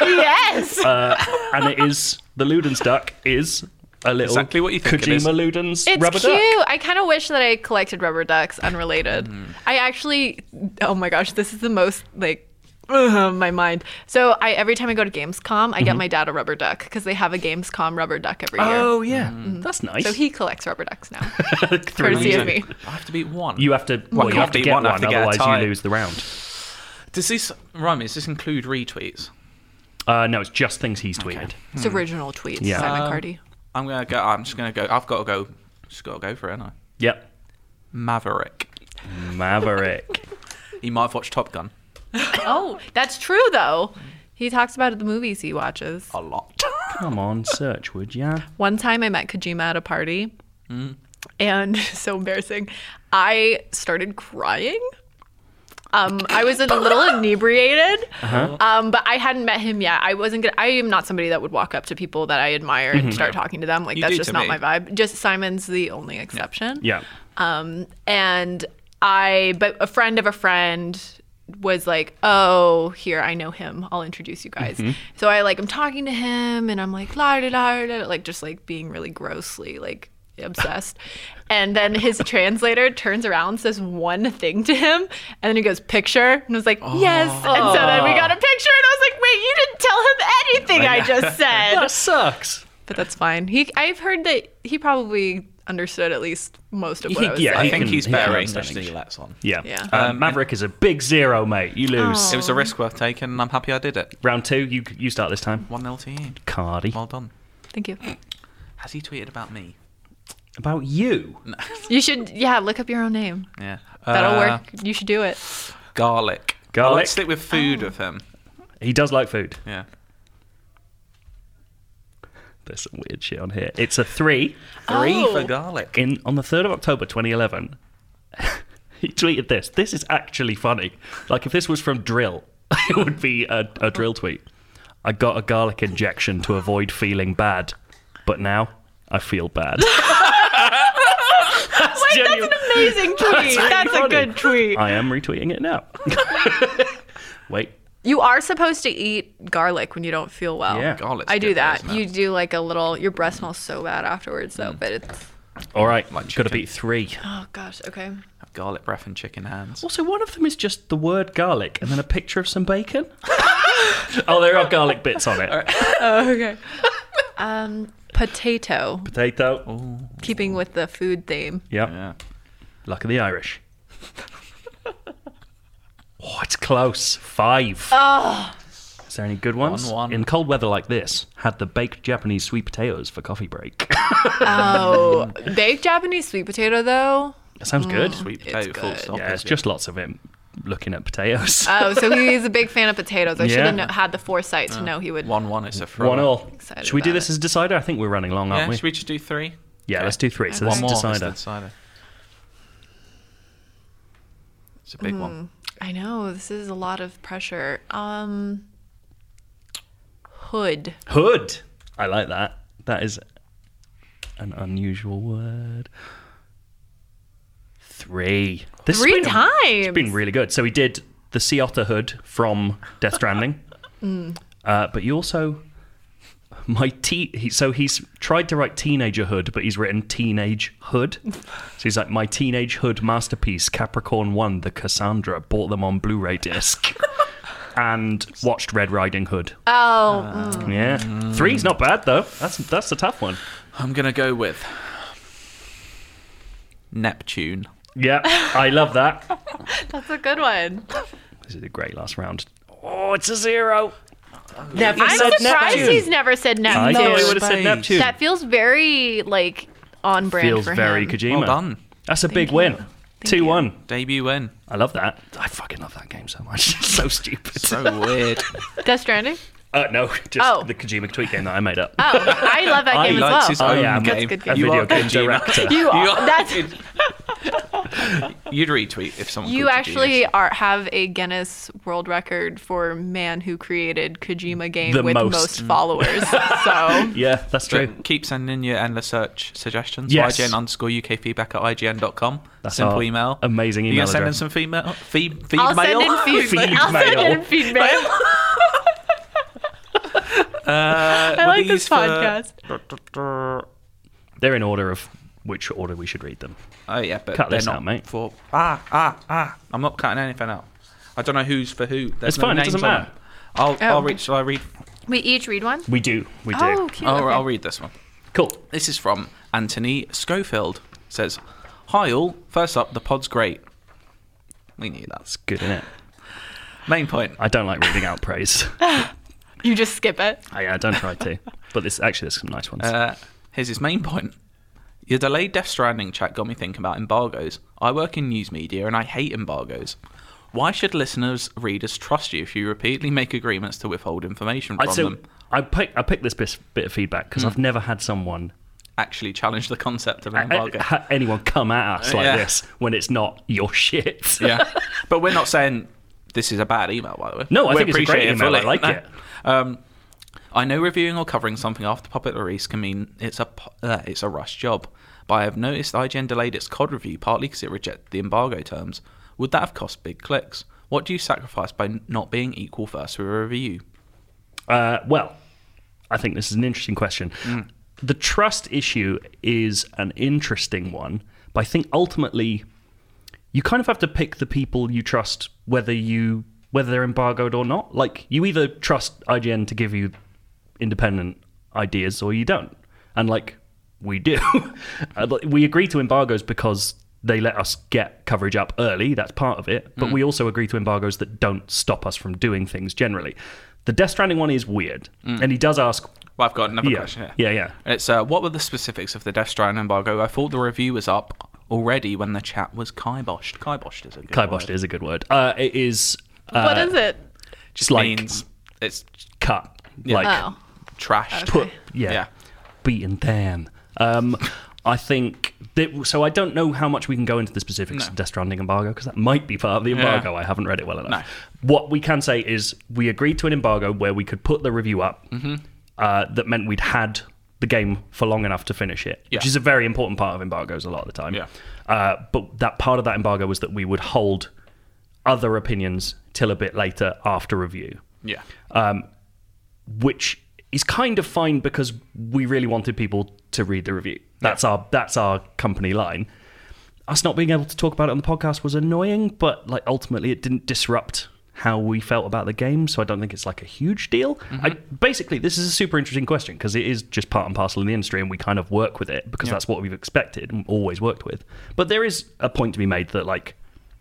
S3: yes.
S2: and it is the Ludens duck is a little
S1: Exactly what you think it
S2: Kojima
S1: is.
S2: Ludens
S3: It's
S2: rubber
S3: cute.
S2: duck.
S3: I kind of wish that I collected rubber ducks unrelated.
S2: Mm-hmm.
S3: I actually, oh my gosh, this is the most like my mind. So I every time I go to Gamescom, I
S2: Mm-hmm.
S3: get my dad a rubber duck because they have a Gamescom rubber duck every year.
S2: Oh yeah, that's nice.
S3: Mm. So he collects rubber ducks now,
S2: Through
S3: courtesy of
S2: Ludens.
S3: me.
S1: I have to beat one.
S2: You have to, well,
S1: can't
S2: you have to
S1: beat
S2: get
S1: one,
S2: one,
S1: I have to get a
S2: otherwise
S1: tie.
S2: you lose the round.
S1: Does this rhyme? Does this include retweets?
S2: Uh, no, it's just things he's tweeted.
S3: It's original tweets,
S2: Yeah.
S3: Simon Cardi.
S1: I'm gonna go. I'm just gonna go. I've got to go. Just got to go for it, haven't I?
S2: Yep.
S1: Maverick.
S2: Maverick.
S1: He might have watched Top Gun
S3: Oh, that's true though. He talks about the movies he watches.
S1: a lot.
S2: Come on, search, would ya?
S3: One time I met Kojima at a party,
S1: Mm.
S3: and so embarrassing. I started crying. Um, I was a little inebriated,
S1: Uh-huh.
S3: um, but I hadn't met him yet. I wasn't. Gonna, I am not somebody that would walk up to people that I admire and start talking to them. Like
S1: Mm-hmm. You
S3: that's
S1: do
S3: just
S1: to
S3: not
S1: me.
S3: my vibe. Just Simon's the only exception.
S2: Yeah.
S3: Um, and I, but a friend of a friend was like, "Oh, here, I know him. I'll introduce you guys."
S2: Mm-hmm.
S3: So I like, I'm talking to him, and I'm like, "La da da da," like just like being really grossly like obsessed. and then his translator turns around, says one thing to him, and then he goes, "Picture," and I was like, "Yes." And so then we got
S2: Oh.
S3: a picture, and I was like, "Wait, you didn't tell him anything I just said."
S2: That sucks.
S3: But that's fine. He, I've heard that he probably understood at least most of what I was
S2: yeah,
S1: I
S2: he
S3: saying.
S1: think
S2: can-
S1: he's
S2: he
S1: better
S2: can
S1: English
S2: understand
S1: than he
S2: English.
S1: lets on.
S2: Yeah.
S3: Yeah.
S2: Um, Maverick is a big zero, mate. You lose.
S1: It was a risk worth taking, and I'm happy I did it.
S2: Round two, you you start this time.
S1: One nil to you.
S2: Cardi.
S1: Well done.
S3: Thank you.
S1: Has he tweeted about me?
S2: About you.
S3: You should, yeah, look up your own name.
S1: Yeah.
S3: That'll
S1: Uh,
S3: work. You should do it.
S1: Garlic. I like
S2: Garlic?
S1: to stick with
S3: Oh.
S1: food with him.
S2: He does like food.
S1: Yeah.
S2: There's some weird shit on here. It's a three.
S1: Three
S3: Oh.
S1: for garlic.
S2: in on the 3rd of October 2011, he tweeted this. This is actually funny. Like, if this was from Drill, it would be a, a Drill tweet. I got a garlic injection to avoid feeling bad, but now I feel bad. that's genuine.
S3: Amazing tweet.
S2: really
S3: That's, a
S2: funny.
S3: good tweet.
S2: I am retweeting it now. Wait.
S3: You are supposed to eat garlic when you don't feel
S1: Oh,
S3: well.
S2: Yeah.
S1: Garlic's
S3: I do
S1: good though,
S3: that.
S1: isn't it?
S3: you do like a little, your breath smells so bad afterwards, though, but it's,
S2: All right. Got to
S1: chicken.
S2: beat three.
S3: oh gosh, okay.
S1: Garlic breath and chicken hands.
S2: Also, one of them is just the word garlic and then a picture of some bacon. oh, there are garlic bits on it.
S3: Oh, okay. um, potato,
S2: Potato.
S3: keeping with the food theme.
S2: Yep.
S1: Yeah.
S2: Luck of the Irish. oh, it's close. Five. Is there any good ones?
S1: One, one.
S2: In cold weather like this, had the baked Japanese sweet potatoes for coffee break.
S3: Oh, baked Japanese sweet potato, though.
S2: That sounds good.
S1: Sweet potato full
S3: good.
S1: stop.
S2: Yeah, it's
S1: is it?
S2: just lots of him looking at potatoes.
S3: Oh, so he's a big fan of potatoes. I
S2: Yeah.
S3: should have kno- had the foresight to know he would.
S1: one one. It's a throw.
S2: one all.
S3: excited
S2: Should we do
S3: about
S2: this as decider? I think we're running long,
S1: Yeah.
S2: aren't we?
S1: Should we just do three?
S2: Yeah, let's do three. So
S1: One
S2: this
S1: more.
S2: is
S1: It's the
S2: decider.
S1: decider. It's a big
S3: Mm.
S1: one.
S3: I know this is a lot of pressure. Um, hood.
S2: Hood. I like that. That is an unusual word. Three. This has
S3: Three
S2: been a-
S3: times.
S2: It's been really good. So he did the Sea Otter hood from Death Stranding,
S3: Mm.
S2: uh, but you also my te- he, so he's tried to write teenager hood, but he's written teenage hood. So he's like my teenage hood masterpiece, Capricorn One, the Cassandra. Bought them on Blu-ray disc. And watched Red Riding Hood.
S3: oh, mm.
S2: Yeah, three's not bad though. That's that's a tough one.
S1: I'm gonna go with Neptune.
S2: Yeah, I love that.
S3: that's a good one.
S2: This is a great last round. Oh, it's a zero. Never
S3: I'm surprised he's never said
S2: I
S3: Neptune.
S2: thought I would have Uh, said
S1: Space.
S2: Neptune.
S3: that feels very like on brand
S2: feels
S3: for
S2: very
S3: him.
S2: Kojima.
S1: Well done.
S2: That's a big win. Two one.
S1: Debut win.
S2: I love that. I fucking love that game so much. It's so stupid.
S1: So weird.
S3: Death Stranding.
S2: uh, no, just
S3: Oh.
S2: the Kojima tweet game that I made up.
S3: Oh, I love that
S2: I
S3: game
S1: He
S3: as
S1: likes
S3: well.
S1: his
S2: Oh,
S1: own
S2: yeah, I'm
S1: game.
S3: good, good,
S2: a
S3: You
S2: video
S1: are
S2: game
S1: Kojima.
S2: director.
S3: you
S1: You
S3: are,
S1: are-
S3: that's
S1: You'd retweet if someone.
S3: you
S1: called
S3: actually
S1: genius.
S3: are have a Guinness World Record for man who created Kojima game
S2: The
S3: with
S2: most.
S3: most, followers. so
S2: yeah, that's true.
S1: But keep sending your endless search suggestions.
S2: Yes.
S1: IGN underscore UK feedback at IGN.com.
S2: That's
S1: Simple
S2: our
S1: email.
S2: amazing
S1: You're
S2: email
S1: send in
S2: address.
S1: some female, feed, feed
S3: I'll
S1: mail?
S3: send in feed.
S2: Feed
S3: I'll send
S2: mail.
S3: in feed mail.
S1: I
S3: like this podcast.
S2: They're in order of which order we should read them.
S1: Oh yeah, but
S2: Cut
S1: they're
S2: this
S1: not
S2: out, mate.
S1: for ah ah ah. I'm not cutting anything out. I don't know who's for who. There's
S2: It's
S1: no
S2: fine, it
S1: names
S2: doesn't
S1: on
S2: matter.
S1: them. I'll
S3: Oh.
S1: I'll read. Shall I read?
S3: We each read one.
S2: We do. We do.
S3: Oh, cute.
S1: I'll,
S3: okay.
S1: I'll read this one.
S2: Cool.
S1: This is from Anthony Schofield. Says, "Hi all. First up, the pod's great. We knew that.
S2: It's good, innit?
S1: Main point.
S2: I don't like reading out praise.
S3: You just skip it.
S2: I, I don't try to. But this actually, there's some nice ones.
S1: Uh, here's his main point. Your delayed Death Stranding chat got me thinking about embargoes. I work in news media and I hate embargoes. Why should listeners, readers trust you if you repeatedly make agreements to withhold information
S2: I,
S1: from
S2: so
S1: them? Hmm.
S2: I pick I pick this bit, bit of feedback because I've never had someone
S1: Actually, challenge the concept of an
S2: a-
S1: embargo.
S2: ha- anyone come at us like
S1: Uh, Yeah.
S2: this when it's not your shit.
S1: yeah, but we're not saying this is a bad email, by the way.
S2: No, I
S1: We
S2: think it's a great
S1: appreciate it
S2: email. I
S1: fully.
S2: like it.
S1: Um, I know reviewing or covering something after popular release can mean it's a po- uh, it's a rush job, but I have noticed IGN delayed its COD review partly because it rejected the embargo terms. Would that have cost big clicks? What do you sacrifice by n- not being equal first with a review?
S2: Uh, well, I think this is an interesting question.
S1: Hmm.
S2: The trust issue is an interesting one, but I think ultimately you kind of have to pick the people you trust, whether you whether they're embargoed or not. Like you either trust IGN to give you independent ideas or you don't, and like we do, Uh, like, we agree to embargoes because they let us get coverage up early. That's part of it,
S1: Mm.
S2: but we also agree to embargoes that don't stop us from doing things generally. The Death Stranding one is weird,
S1: Mm.
S2: and he does ask.
S1: Well, I've got another
S2: Yeah,
S1: question. here.
S2: yeah, yeah.
S1: It's uh, what were the specifics of the Death Stranding embargo? I thought the review was up already when the chat was kiboshed. Kiboshed is a good
S2: Kiboshed
S1: word.
S2: is a good word. Uh, it is uh,
S3: what is it?
S2: just like
S1: means it's
S2: cut, like
S3: Oh,
S1: trashed.
S2: put yeah,
S1: Yeah.
S2: beaten down. Um, I think that, so. I don't know how much we can go into the specifics
S1: No.
S2: of Death Stranding embargo because that might be part of the embargo. I haven't read it well enough. What we can say is we agreed to an embargo where we could put the review up.
S1: Mm-hmm.
S2: Uh, that meant we'd had the game for long enough to finish it, which
S1: Yeah.
S2: is a very important part of embargoes a lot of the time.
S1: Yeah.
S2: Uh, but that part of that embargo was that we would hold other opinions till a bit later after review
S1: Yeah.
S2: which is kind of fine because we really wanted people to read the review. That's our that's our company line. Us not being able to talk about it on the podcast was annoying, but like ultimately it didn't disrupt how we felt about the game, so I don't think it's like a huge deal. I, basically, this is a super interesting question because it is just part and parcel in the industry, and we kind of work with it because that's what we've expected and always worked with. But there is a point to be made that like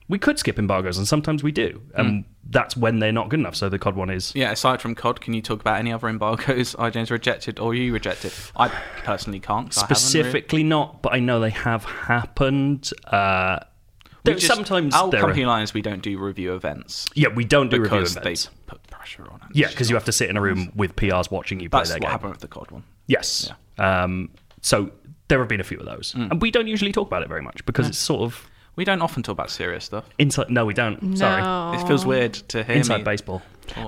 S2: we could skip embargoes, and sometimes we do, and that's when they're not good enough. So the COD one is
S1: Yeah, aside from COD, can you talk about any other embargoes IGN's rejected or you rejected? I personally can't. 'cause I haven't really-
S2: specifically not, but I know they have happened. Uh,
S1: We
S2: there-
S1: just-
S2: sometimes
S1: our
S2: there are-
S1: company lines we don't do review events
S2: yeah, we don't do review
S1: because
S2: events.
S1: they put pressure on. us.
S2: Yeah, because you have to sit in a room with PRs watching you play
S1: that's
S2: their
S1: what
S2: game.
S1: happened with the COD one.
S2: Yes. Um, so there have been a few of those,
S1: Mm.
S2: and we don't usually talk about it very much because it's sort of
S1: We don't often talk about serious stuff.
S2: inside. No, we don't. Sorry,
S3: No.
S1: It feels weird to hear
S2: Oh. inside
S1: me.
S2: baseball.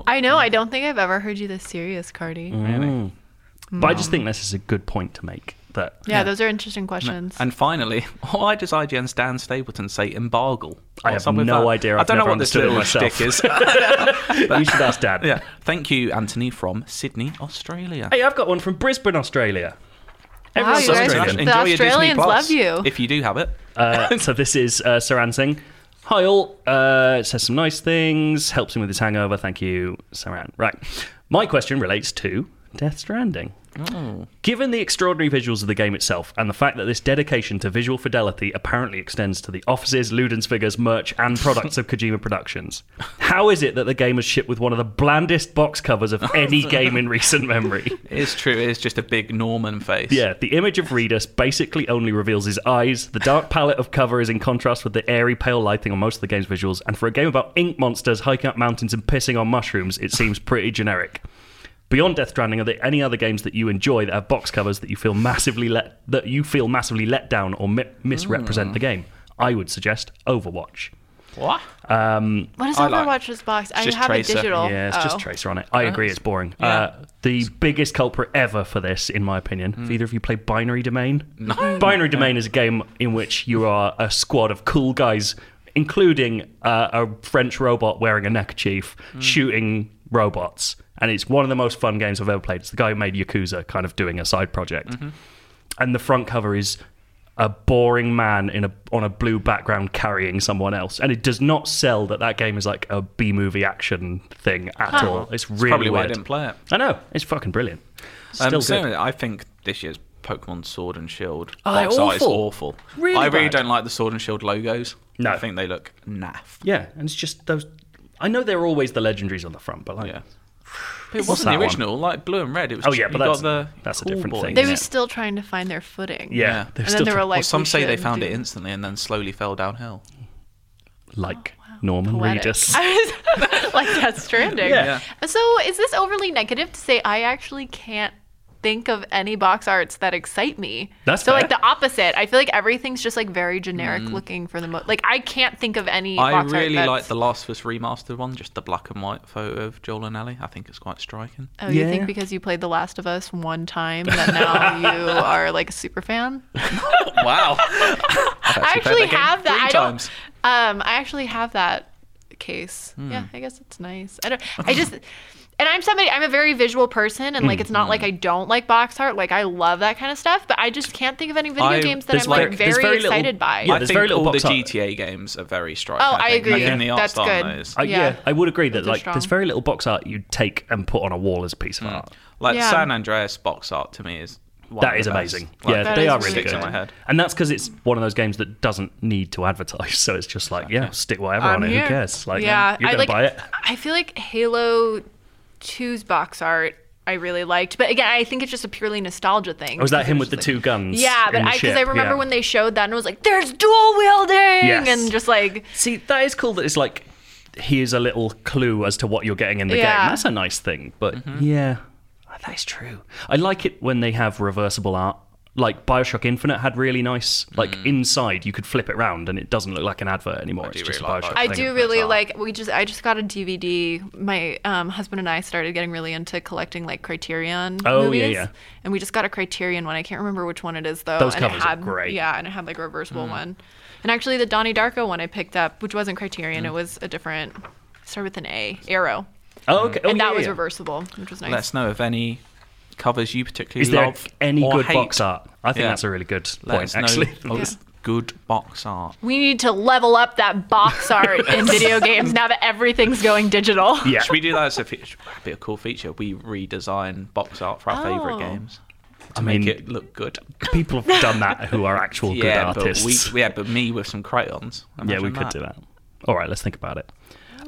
S3: I know. I don't think I've ever heard you this serious, Cardi.
S1: Mm-hmm.
S2: Mm. But I just think this is a good point to make that.
S3: Yeah, those are interesting questions.
S1: And finally, why does IGN's Dan Stapleton say embargo?
S2: I
S1: Or
S2: have
S1: something
S2: no
S1: like that?
S2: idea.
S1: I
S2: I've
S1: don't know
S2: never
S1: what this
S2: understood it
S1: little
S2: myself.
S1: stick is.
S2: You should ask Dad.
S1: yeah. Thank you, Anthony, from Sydney, Australia.
S2: Hey, I've got one from Brisbane, Australia. Everyone's
S3: Oh, you guys
S2: Australian.
S3: The Australians love you.
S1: If you do have it.
S2: Uh, so this is uh, Saran Singh. Hi all. Uh, says some nice things. Helps him with his hangover. Thank you, Saran. Right. My question relates to Death Stranding. Given the extraordinary visuals of the game itself and the fact that this dedication to visual fidelity apparently extends to the offices, Ludens figures, merch, and products of Kojima Productions, how is it that the game is shipped with one of the blandest box covers of any game in recent memory?
S1: It is true. It is just a big Norman face.
S2: Yeah, the image of Redus basically only reveals his eyes. The dark palette of cover is in contrast with the airy, pale lighting on most of the game's visuals. And for a game about ink monsters hiking up mountains and pissing on mushrooms, it seems pretty generic. Beyond Death Stranding, are there any other games that you enjoy that have box covers that you feel massively let that you feel massively let down or mi- misrepresent the game? I would suggest Overwatch.
S1: What?
S3: what is
S1: I like-
S3: Overwatch's box? I
S1: just
S3: have
S1: Tracer.
S3: a digital.
S2: Yeah, it's
S3: Oh.
S2: just Tracer on it. I agree, it's boring. Uh, the biggest culprit ever for this, in my opinion. Have either of you played Binary Domain? No. Binary Domain is a game in which you are a squad of cool guys, including uh, a French robot wearing a neckerchief, shooting robots, and it's one of the most fun games I've ever played. It's the guy who made Yakuza, kind of doing a side project, and the front cover is a boring man in a on a blue background carrying someone else, and it does not sell that that game is like a B movie action thing at all. It's really
S1: Probably why I
S2: weird.
S1: didn't play it.
S2: I know it's fucking brilliant. Still
S1: um,
S2: good.
S1: so I think this year's Pokemon Sword and Shield
S2: Oh, they're
S1: box art is
S2: awful.
S1: awful.
S2: Really
S1: I really
S2: bad.
S1: don't like the Sword and Shield logos.
S2: No.
S1: I think they look naff.
S2: Yeah, and it's just those. I know they're always the legendaries on the front, but like,
S1: Yeah. But it wasn't
S2: that
S1: the
S2: one?
S1: original, like blue and red. It was
S2: Oh, yeah,
S1: you
S2: but
S1: got
S2: that's-
S1: the
S2: that's a
S1: cool
S2: different
S1: boy.
S2: thing.
S3: They
S2: Yeah.
S3: were still trying to find their footing.
S2: yeah,
S1: they're
S3: And then they were
S2: trying-
S3: like,
S1: well, some
S3: we
S1: say they
S3: shouldn't
S1: found
S3: do
S1: it
S3: this.
S1: instantly and then slowly fell downhill.
S2: like Norman
S3: Oh, Poetic.
S2: Reedus.
S3: I was like Death Stranding.
S2: Yeah.
S3: So is this overly negative to say I actually can't think of any box arts that excite me?
S2: That's
S3: so
S2: fair.
S3: like the opposite. I feel like everything's just like very generic looking for the most. Like I can't think of any.
S1: Mm. I
S3: box
S1: really
S3: art
S1: like
S3: that's-
S1: the Last of Us remastered one, just the black and white photo of Joel and Ellie. I think it's quite striking.
S3: Oh, you
S2: Yeah.
S3: think because you played The Last of Us one time that now you are like a super fan?
S1: wow.
S3: I actually
S1: played that game
S3: have that.
S1: three
S3: I don't.
S1: times.
S3: Um, I actually have that case.
S2: Hmm.
S3: Yeah, I guess it's nice. I don't. I just. And I'm somebody. I'm a very visual person, and like it's not like
S2: Hmm.
S3: I don't like box art. Like I love that kind of stuff, but I just can't think of any video
S1: I-
S3: games that
S2: there's
S3: I'm like,
S2: like- there's
S3: very,
S2: very little-
S3: excited by.
S2: Yeah,
S1: I
S2: there's
S1: think
S2: very little
S1: all the
S2: box art.
S1: GTA games are very striking.
S3: Oh, I
S1: think.
S3: agree.
S1: Even the art
S3: That's
S1: style
S3: good.
S1: on those.
S2: I, yeah.
S3: Yeah.
S2: I would agree that
S3: Those are
S2: like there's
S3: strong.
S2: very little box art you take and put on a wall as a
S1: Hmm.
S2: piece of art.
S1: Like
S3: Yeah.
S1: San Andreas box art to me is one
S2: That
S1: of
S2: is
S1: the best.
S2: amazing.
S1: Like,
S2: yeah,
S3: That
S2: they
S3: is
S2: are really
S3: really
S1: sticks
S2: good.
S1: in my head.
S2: And that's because it's one of those games that doesn't need to advertise. So it's just like, yeah, stick whatever on
S3: I'm
S2: it.
S3: here.
S2: Who cares? Like,
S3: yeah,
S2: you're
S3: I
S2: gonna
S3: like.
S2: buy it.
S3: I feel like Halo 2's box art I really liked, but again, I think it's just a purely nostalgia thing.
S2: Was that him
S3: It's
S2: with the
S3: just like-
S2: two guns?
S3: Yeah, but
S2: in the
S3: I because
S2: ship?
S3: I remember
S2: Yeah.
S3: when they showed that and it was like, "There's dual wielding,"
S2: Yes.
S3: and just like
S2: See, that is cool. That it's like here's a little clue as to what you're getting in the
S3: Yeah.
S2: game. That's a nice thing. But
S1: Mm-hmm.
S2: yeah, that is true. I like it when they have reversible art. Like Bioshock Infinite had really nice, like inside you could flip it round and it doesn't look like an advert anymore. It's
S1: Mm. do
S2: just
S1: really
S2: a
S1: like
S2: Bioshock.
S1: Bioshock.
S3: I
S2: thing.
S3: do really like. We just I just got a DVD. My um, husband and I started getting really into collecting like Criterion
S2: Oh, yeah,
S3: movies.
S2: yeah.
S3: And we just got a Criterion one. I can't remember which one it is though.
S2: Those
S3: and it
S2: covers are
S3: had,
S2: great. Mm.
S3: Yeah, and it had like a reversible one. And actually, the Donnie Darko one I picked up, which wasn't Criterion,
S2: Mm.
S3: it was a different. Started with an A, Arrow,
S2: Oh, okay. Oh,
S3: and
S2: yeah,
S3: that was
S2: yeah.
S3: reversible, which was nice.
S1: Let us know if any covers you particularly
S2: Is there
S1: love
S2: any
S1: or
S2: good
S1: hate.
S2: box art? I think
S1: Yeah.
S2: that's a really good
S1: Let
S2: point,
S1: us know
S2: actually.
S1: of Good box art.
S3: We need to level up that box art in video games now that everything's going digital.
S2: Yeah.
S1: Should we do that as a feature? That'd be a cool feature. We redesign box art for our
S3: Oh.
S1: favourite games to
S2: I
S1: make
S2: mean,
S1: it look good.
S2: people have done that who are actual good
S1: yeah,
S2: artists.
S1: but we, yeah, but me with some crayons.
S2: yeah, we
S1: Imagine
S2: could do that. All right, let's think about it.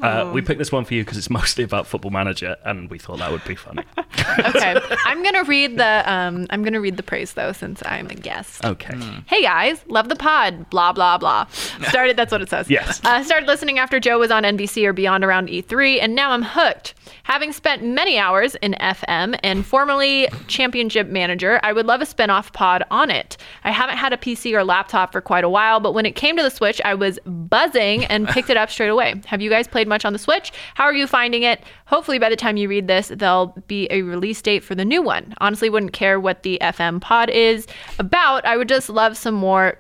S2: Uh,
S3: Oh.
S2: we picked this one for you because it's mostly about Football Manager, and we thought that would be fun.
S1: Hmm.
S3: okay. I'm gonna read the um I'm gonna read the praise though since I'm a guest.
S2: Okay.
S3: Hey guys, love the pod. Blah blah blah. Started. That's what it says.
S2: Yes.
S3: Uh, started listening after Joe was on NBC or Beyond around E3, and now I'm hooked. Having spent many hours in FM and formerly Championship Manager, I would love a spin-off pod on it. I haven't had a PC or laptop for quite a while, but when it came to the Switch, I was buzzing and picked it up straight away. Have you guys played much on the Switch? How are you finding it? Hopefully, by the time you read this, there'll be a release date for the new one. Honestly, wouldn't care what the FM pod is about. I would just love some more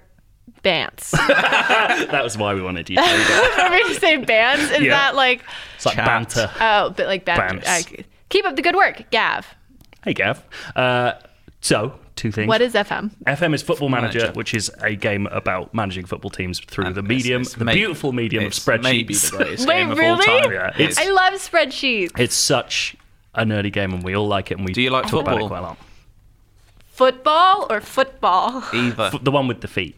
S3: bands.
S2: That was why we wanted you. To.
S3: Whenever you say bands, is
S2: Yeah.
S3: that like
S2: It's like
S1: Chat.
S2: banter.
S3: oh, but like bands?
S2: Bands.
S3: I- keep up the good work, Gav.
S2: Hey, Gav. Uh, so, two things.
S3: What is FM?
S2: FM is Football Manager,
S1: Manager.
S2: which is a game about managing football teams through the
S1: It's-
S2: medium,
S1: it's
S2: the
S1: may-
S2: beautiful medium of
S1: it's
S2: spreadsheets.
S1: Maybe the greatest
S3: Wait,
S1: game of all
S3: really?
S1: time.
S2: Yeah,
S1: It's-
S3: I love spreadsheets.
S2: it's such a nerdy game, and we all like it. And we
S1: Do you like
S2: talk about it
S1: football?
S2: quite a lot.
S3: Football or football?
S1: either.
S2: F- The one with the feet.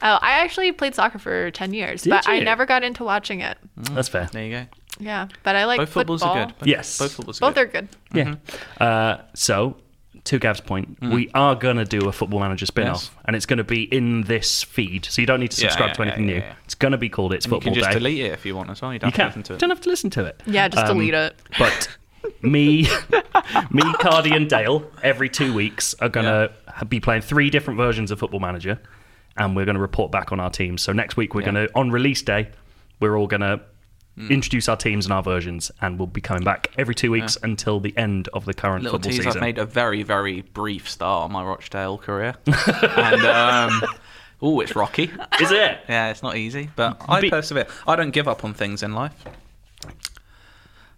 S3: Oh, I actually played soccer for ten years,
S2: Did
S3: but I
S2: you?
S3: never got into watching it.
S2: That's fair.
S1: There you go.
S3: Yeah, but I like
S1: Both
S3: football.
S1: footballs are good. Both-
S2: Yes.
S1: Both footballs are
S3: Both
S1: good.
S3: are good.
S2: Yeah. Uh, so, to Gav's point, we are going to do a Football Manager spin off,
S1: Mm-hmm. Yes.
S2: and it's going to be in this feed. So, you don't need to
S1: Yeah,
S2: subscribe
S1: yeah,
S2: to anything
S1: yeah,
S2: new.
S1: yeah, yeah.
S2: It's going to be called It's
S1: You
S2: Football
S1: can just
S2: Day.
S1: delete it if you want as well. You don't
S2: you
S1: have to
S2: can.
S1: listen to it.
S2: Don't have to listen to it.
S3: Yeah, just
S2: Um,
S3: delete it.
S2: But me, me, Cardi, and Dale every two weeks are gonna ha be playing three different versions of Football Manager, and we're gonna report back on our teams. So next week we're
S1: Yeah. Hmm.
S2: gonna on release day, we're all gonna introduce our teams and our versions, and we'll be coming back every two weeks until the end of the current
S1: Little
S2: football
S1: tease,
S2: season.
S1: I've made a very, very brief start on my Rochdale career. and, um, oh, it's rocky.
S2: Is it?
S1: Yeah, it's not easy, but I
S2: Be-
S1: persevere. I don't give up on things in life.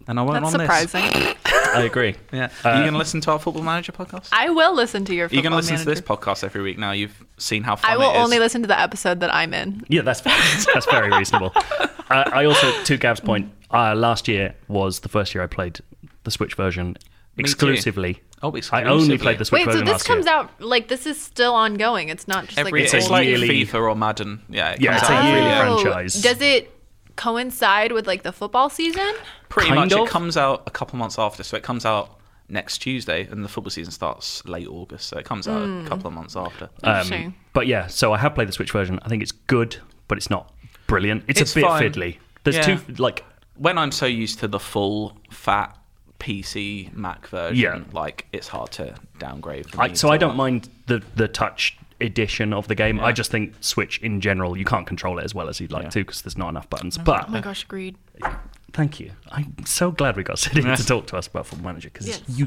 S1: and I won't
S3: That's
S1: on this.
S3: surprising.
S2: I agree.
S1: Yeah,
S2: Uh,
S1: are you going to listen to our Football Manager podcast?
S3: I will listen to your.
S1: Are you going to
S3: Football
S1: listen to this
S3: Manager.
S1: podcast every week now? You've seen how fun
S3: I will
S1: it is.
S3: only listen to the episode that I'm in.
S2: Yeah, that's that's very reasonable. I, I also, to Gav's point, uh, last year was the first year I played the Switch version
S1: too.
S2: exclusively.
S1: Oh,
S2: I only
S1: exclusively.
S2: played the Switch
S3: Wait, so
S2: version
S3: this
S2: last
S3: comes
S2: year.
S3: out like this is still ongoing. It's not just
S1: Every,
S3: like
S1: it's,
S3: an
S2: a
S3: old-
S1: like
S2: yearly-
S1: FIFA or Madden. Yeah, it
S2: Yeah,
S1: comes
S2: it's a
S1: out every
S2: yearly
S1: year.
S2: franchise. franchise.
S3: Oh, Does it coincide with like the football season?
S1: Pretty
S2: Kind
S1: much,
S2: of.
S1: it comes out a couple months after, so it comes out next Tuesday, and the football season starts late August, so it comes out
S3: Hmm.
S1: a couple of months after.
S2: Uh,
S3: Interesting.
S2: But yeah, so I have played the Switch version. I think it's good, but it's not brilliant. It's,
S1: It's
S2: a bit
S1: fine.
S2: fiddly. There's
S1: Yeah.
S2: two like
S1: when I'm so used to the full fat PC Mac version,
S2: Yeah.
S1: like it's hard to downgrade. for
S2: I,
S1: me
S2: so
S1: to,
S2: I don't
S1: like-
S2: mind the the touch edition of the game. I just think Switch in general, you can't control it as well as you'd like to 'cause to because there's not enough buttons. But
S1: uh,
S3: Oh my gosh, agreed.
S2: thank you. I'm so glad we got City to talk to us about Football Manager because
S3: Yes.
S2: you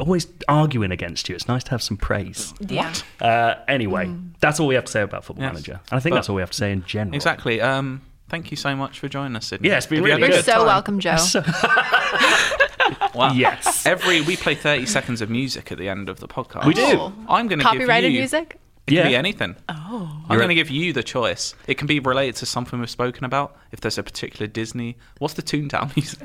S2: always arguing against you. It's nice to have some praise.
S3: Yeah.
S2: Uh, anyway,
S3: Mm.
S2: that's all we have to say about Football
S1: Yes.
S2: Manager. And I think
S1: But-
S2: that's all we have to say in general.
S1: Exactly. Um, thank you so much for joining us, Sydney.
S2: Yeah, it's been
S1: We had a
S2: really
S3: You're
S1: good
S2: good.
S3: so
S1: time.
S3: welcome, Joe.
S1: Wow.
S2: Yes.
S1: Every we play thirty seconds of music at the end of the podcast.
S2: We do.
S3: Oh.
S1: I'm going to
S3: Copyrighted
S1: give you,
S3: music?
S1: It can
S2: Yeah.
S1: be anything. Oh. I'm
S2: You're
S1: going to
S2: a-
S1: give you the choice. It can be related to something we've spoken about. If there's a particular Disney, what's the Toontown music?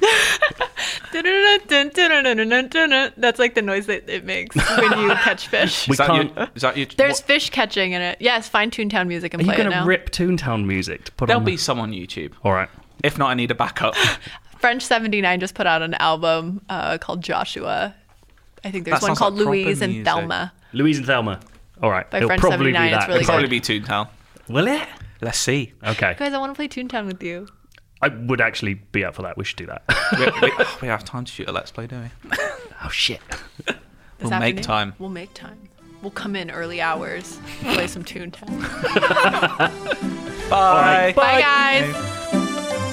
S3: That's like the noise that it makes when you catch fish.
S2: We
S1: Is that,
S2: can't.
S1: your, is that your?
S3: There's
S1: what-
S3: fish catching in it. Yes, find Toontown music and
S2: Are you
S3: play it
S2: going to
S3: now.
S2: rip Toontown music to put
S1: there'll
S2: on?
S1: be some on YouTube.
S2: All right.
S1: If not, I need a backup.
S3: French 79 just put out an album uh, called Joshua. I think there's
S1: That
S3: one
S1: sounds
S3: called
S1: like proper
S3: Louise and
S1: music.
S3: Thelma.
S2: Louise and Thelma. All right.
S3: By
S2: It'll
S3: French
S2: probably be
S3: 79, it's
S2: that.
S3: really
S1: Probably be Toontown.
S2: Will it?
S1: Let's see.
S2: Okay.
S3: Guys, I want to play Toontown with you.
S2: I would actually be up for that. We should do that.
S1: we, we, we have time to shoot a let's play, don't we?
S2: oh shit.
S3: This
S1: We'll make
S3: afternoon.
S1: time.
S3: We'll make time. We'll come in early hours, play some Toontown.
S1: Bye.
S3: Bye, guys.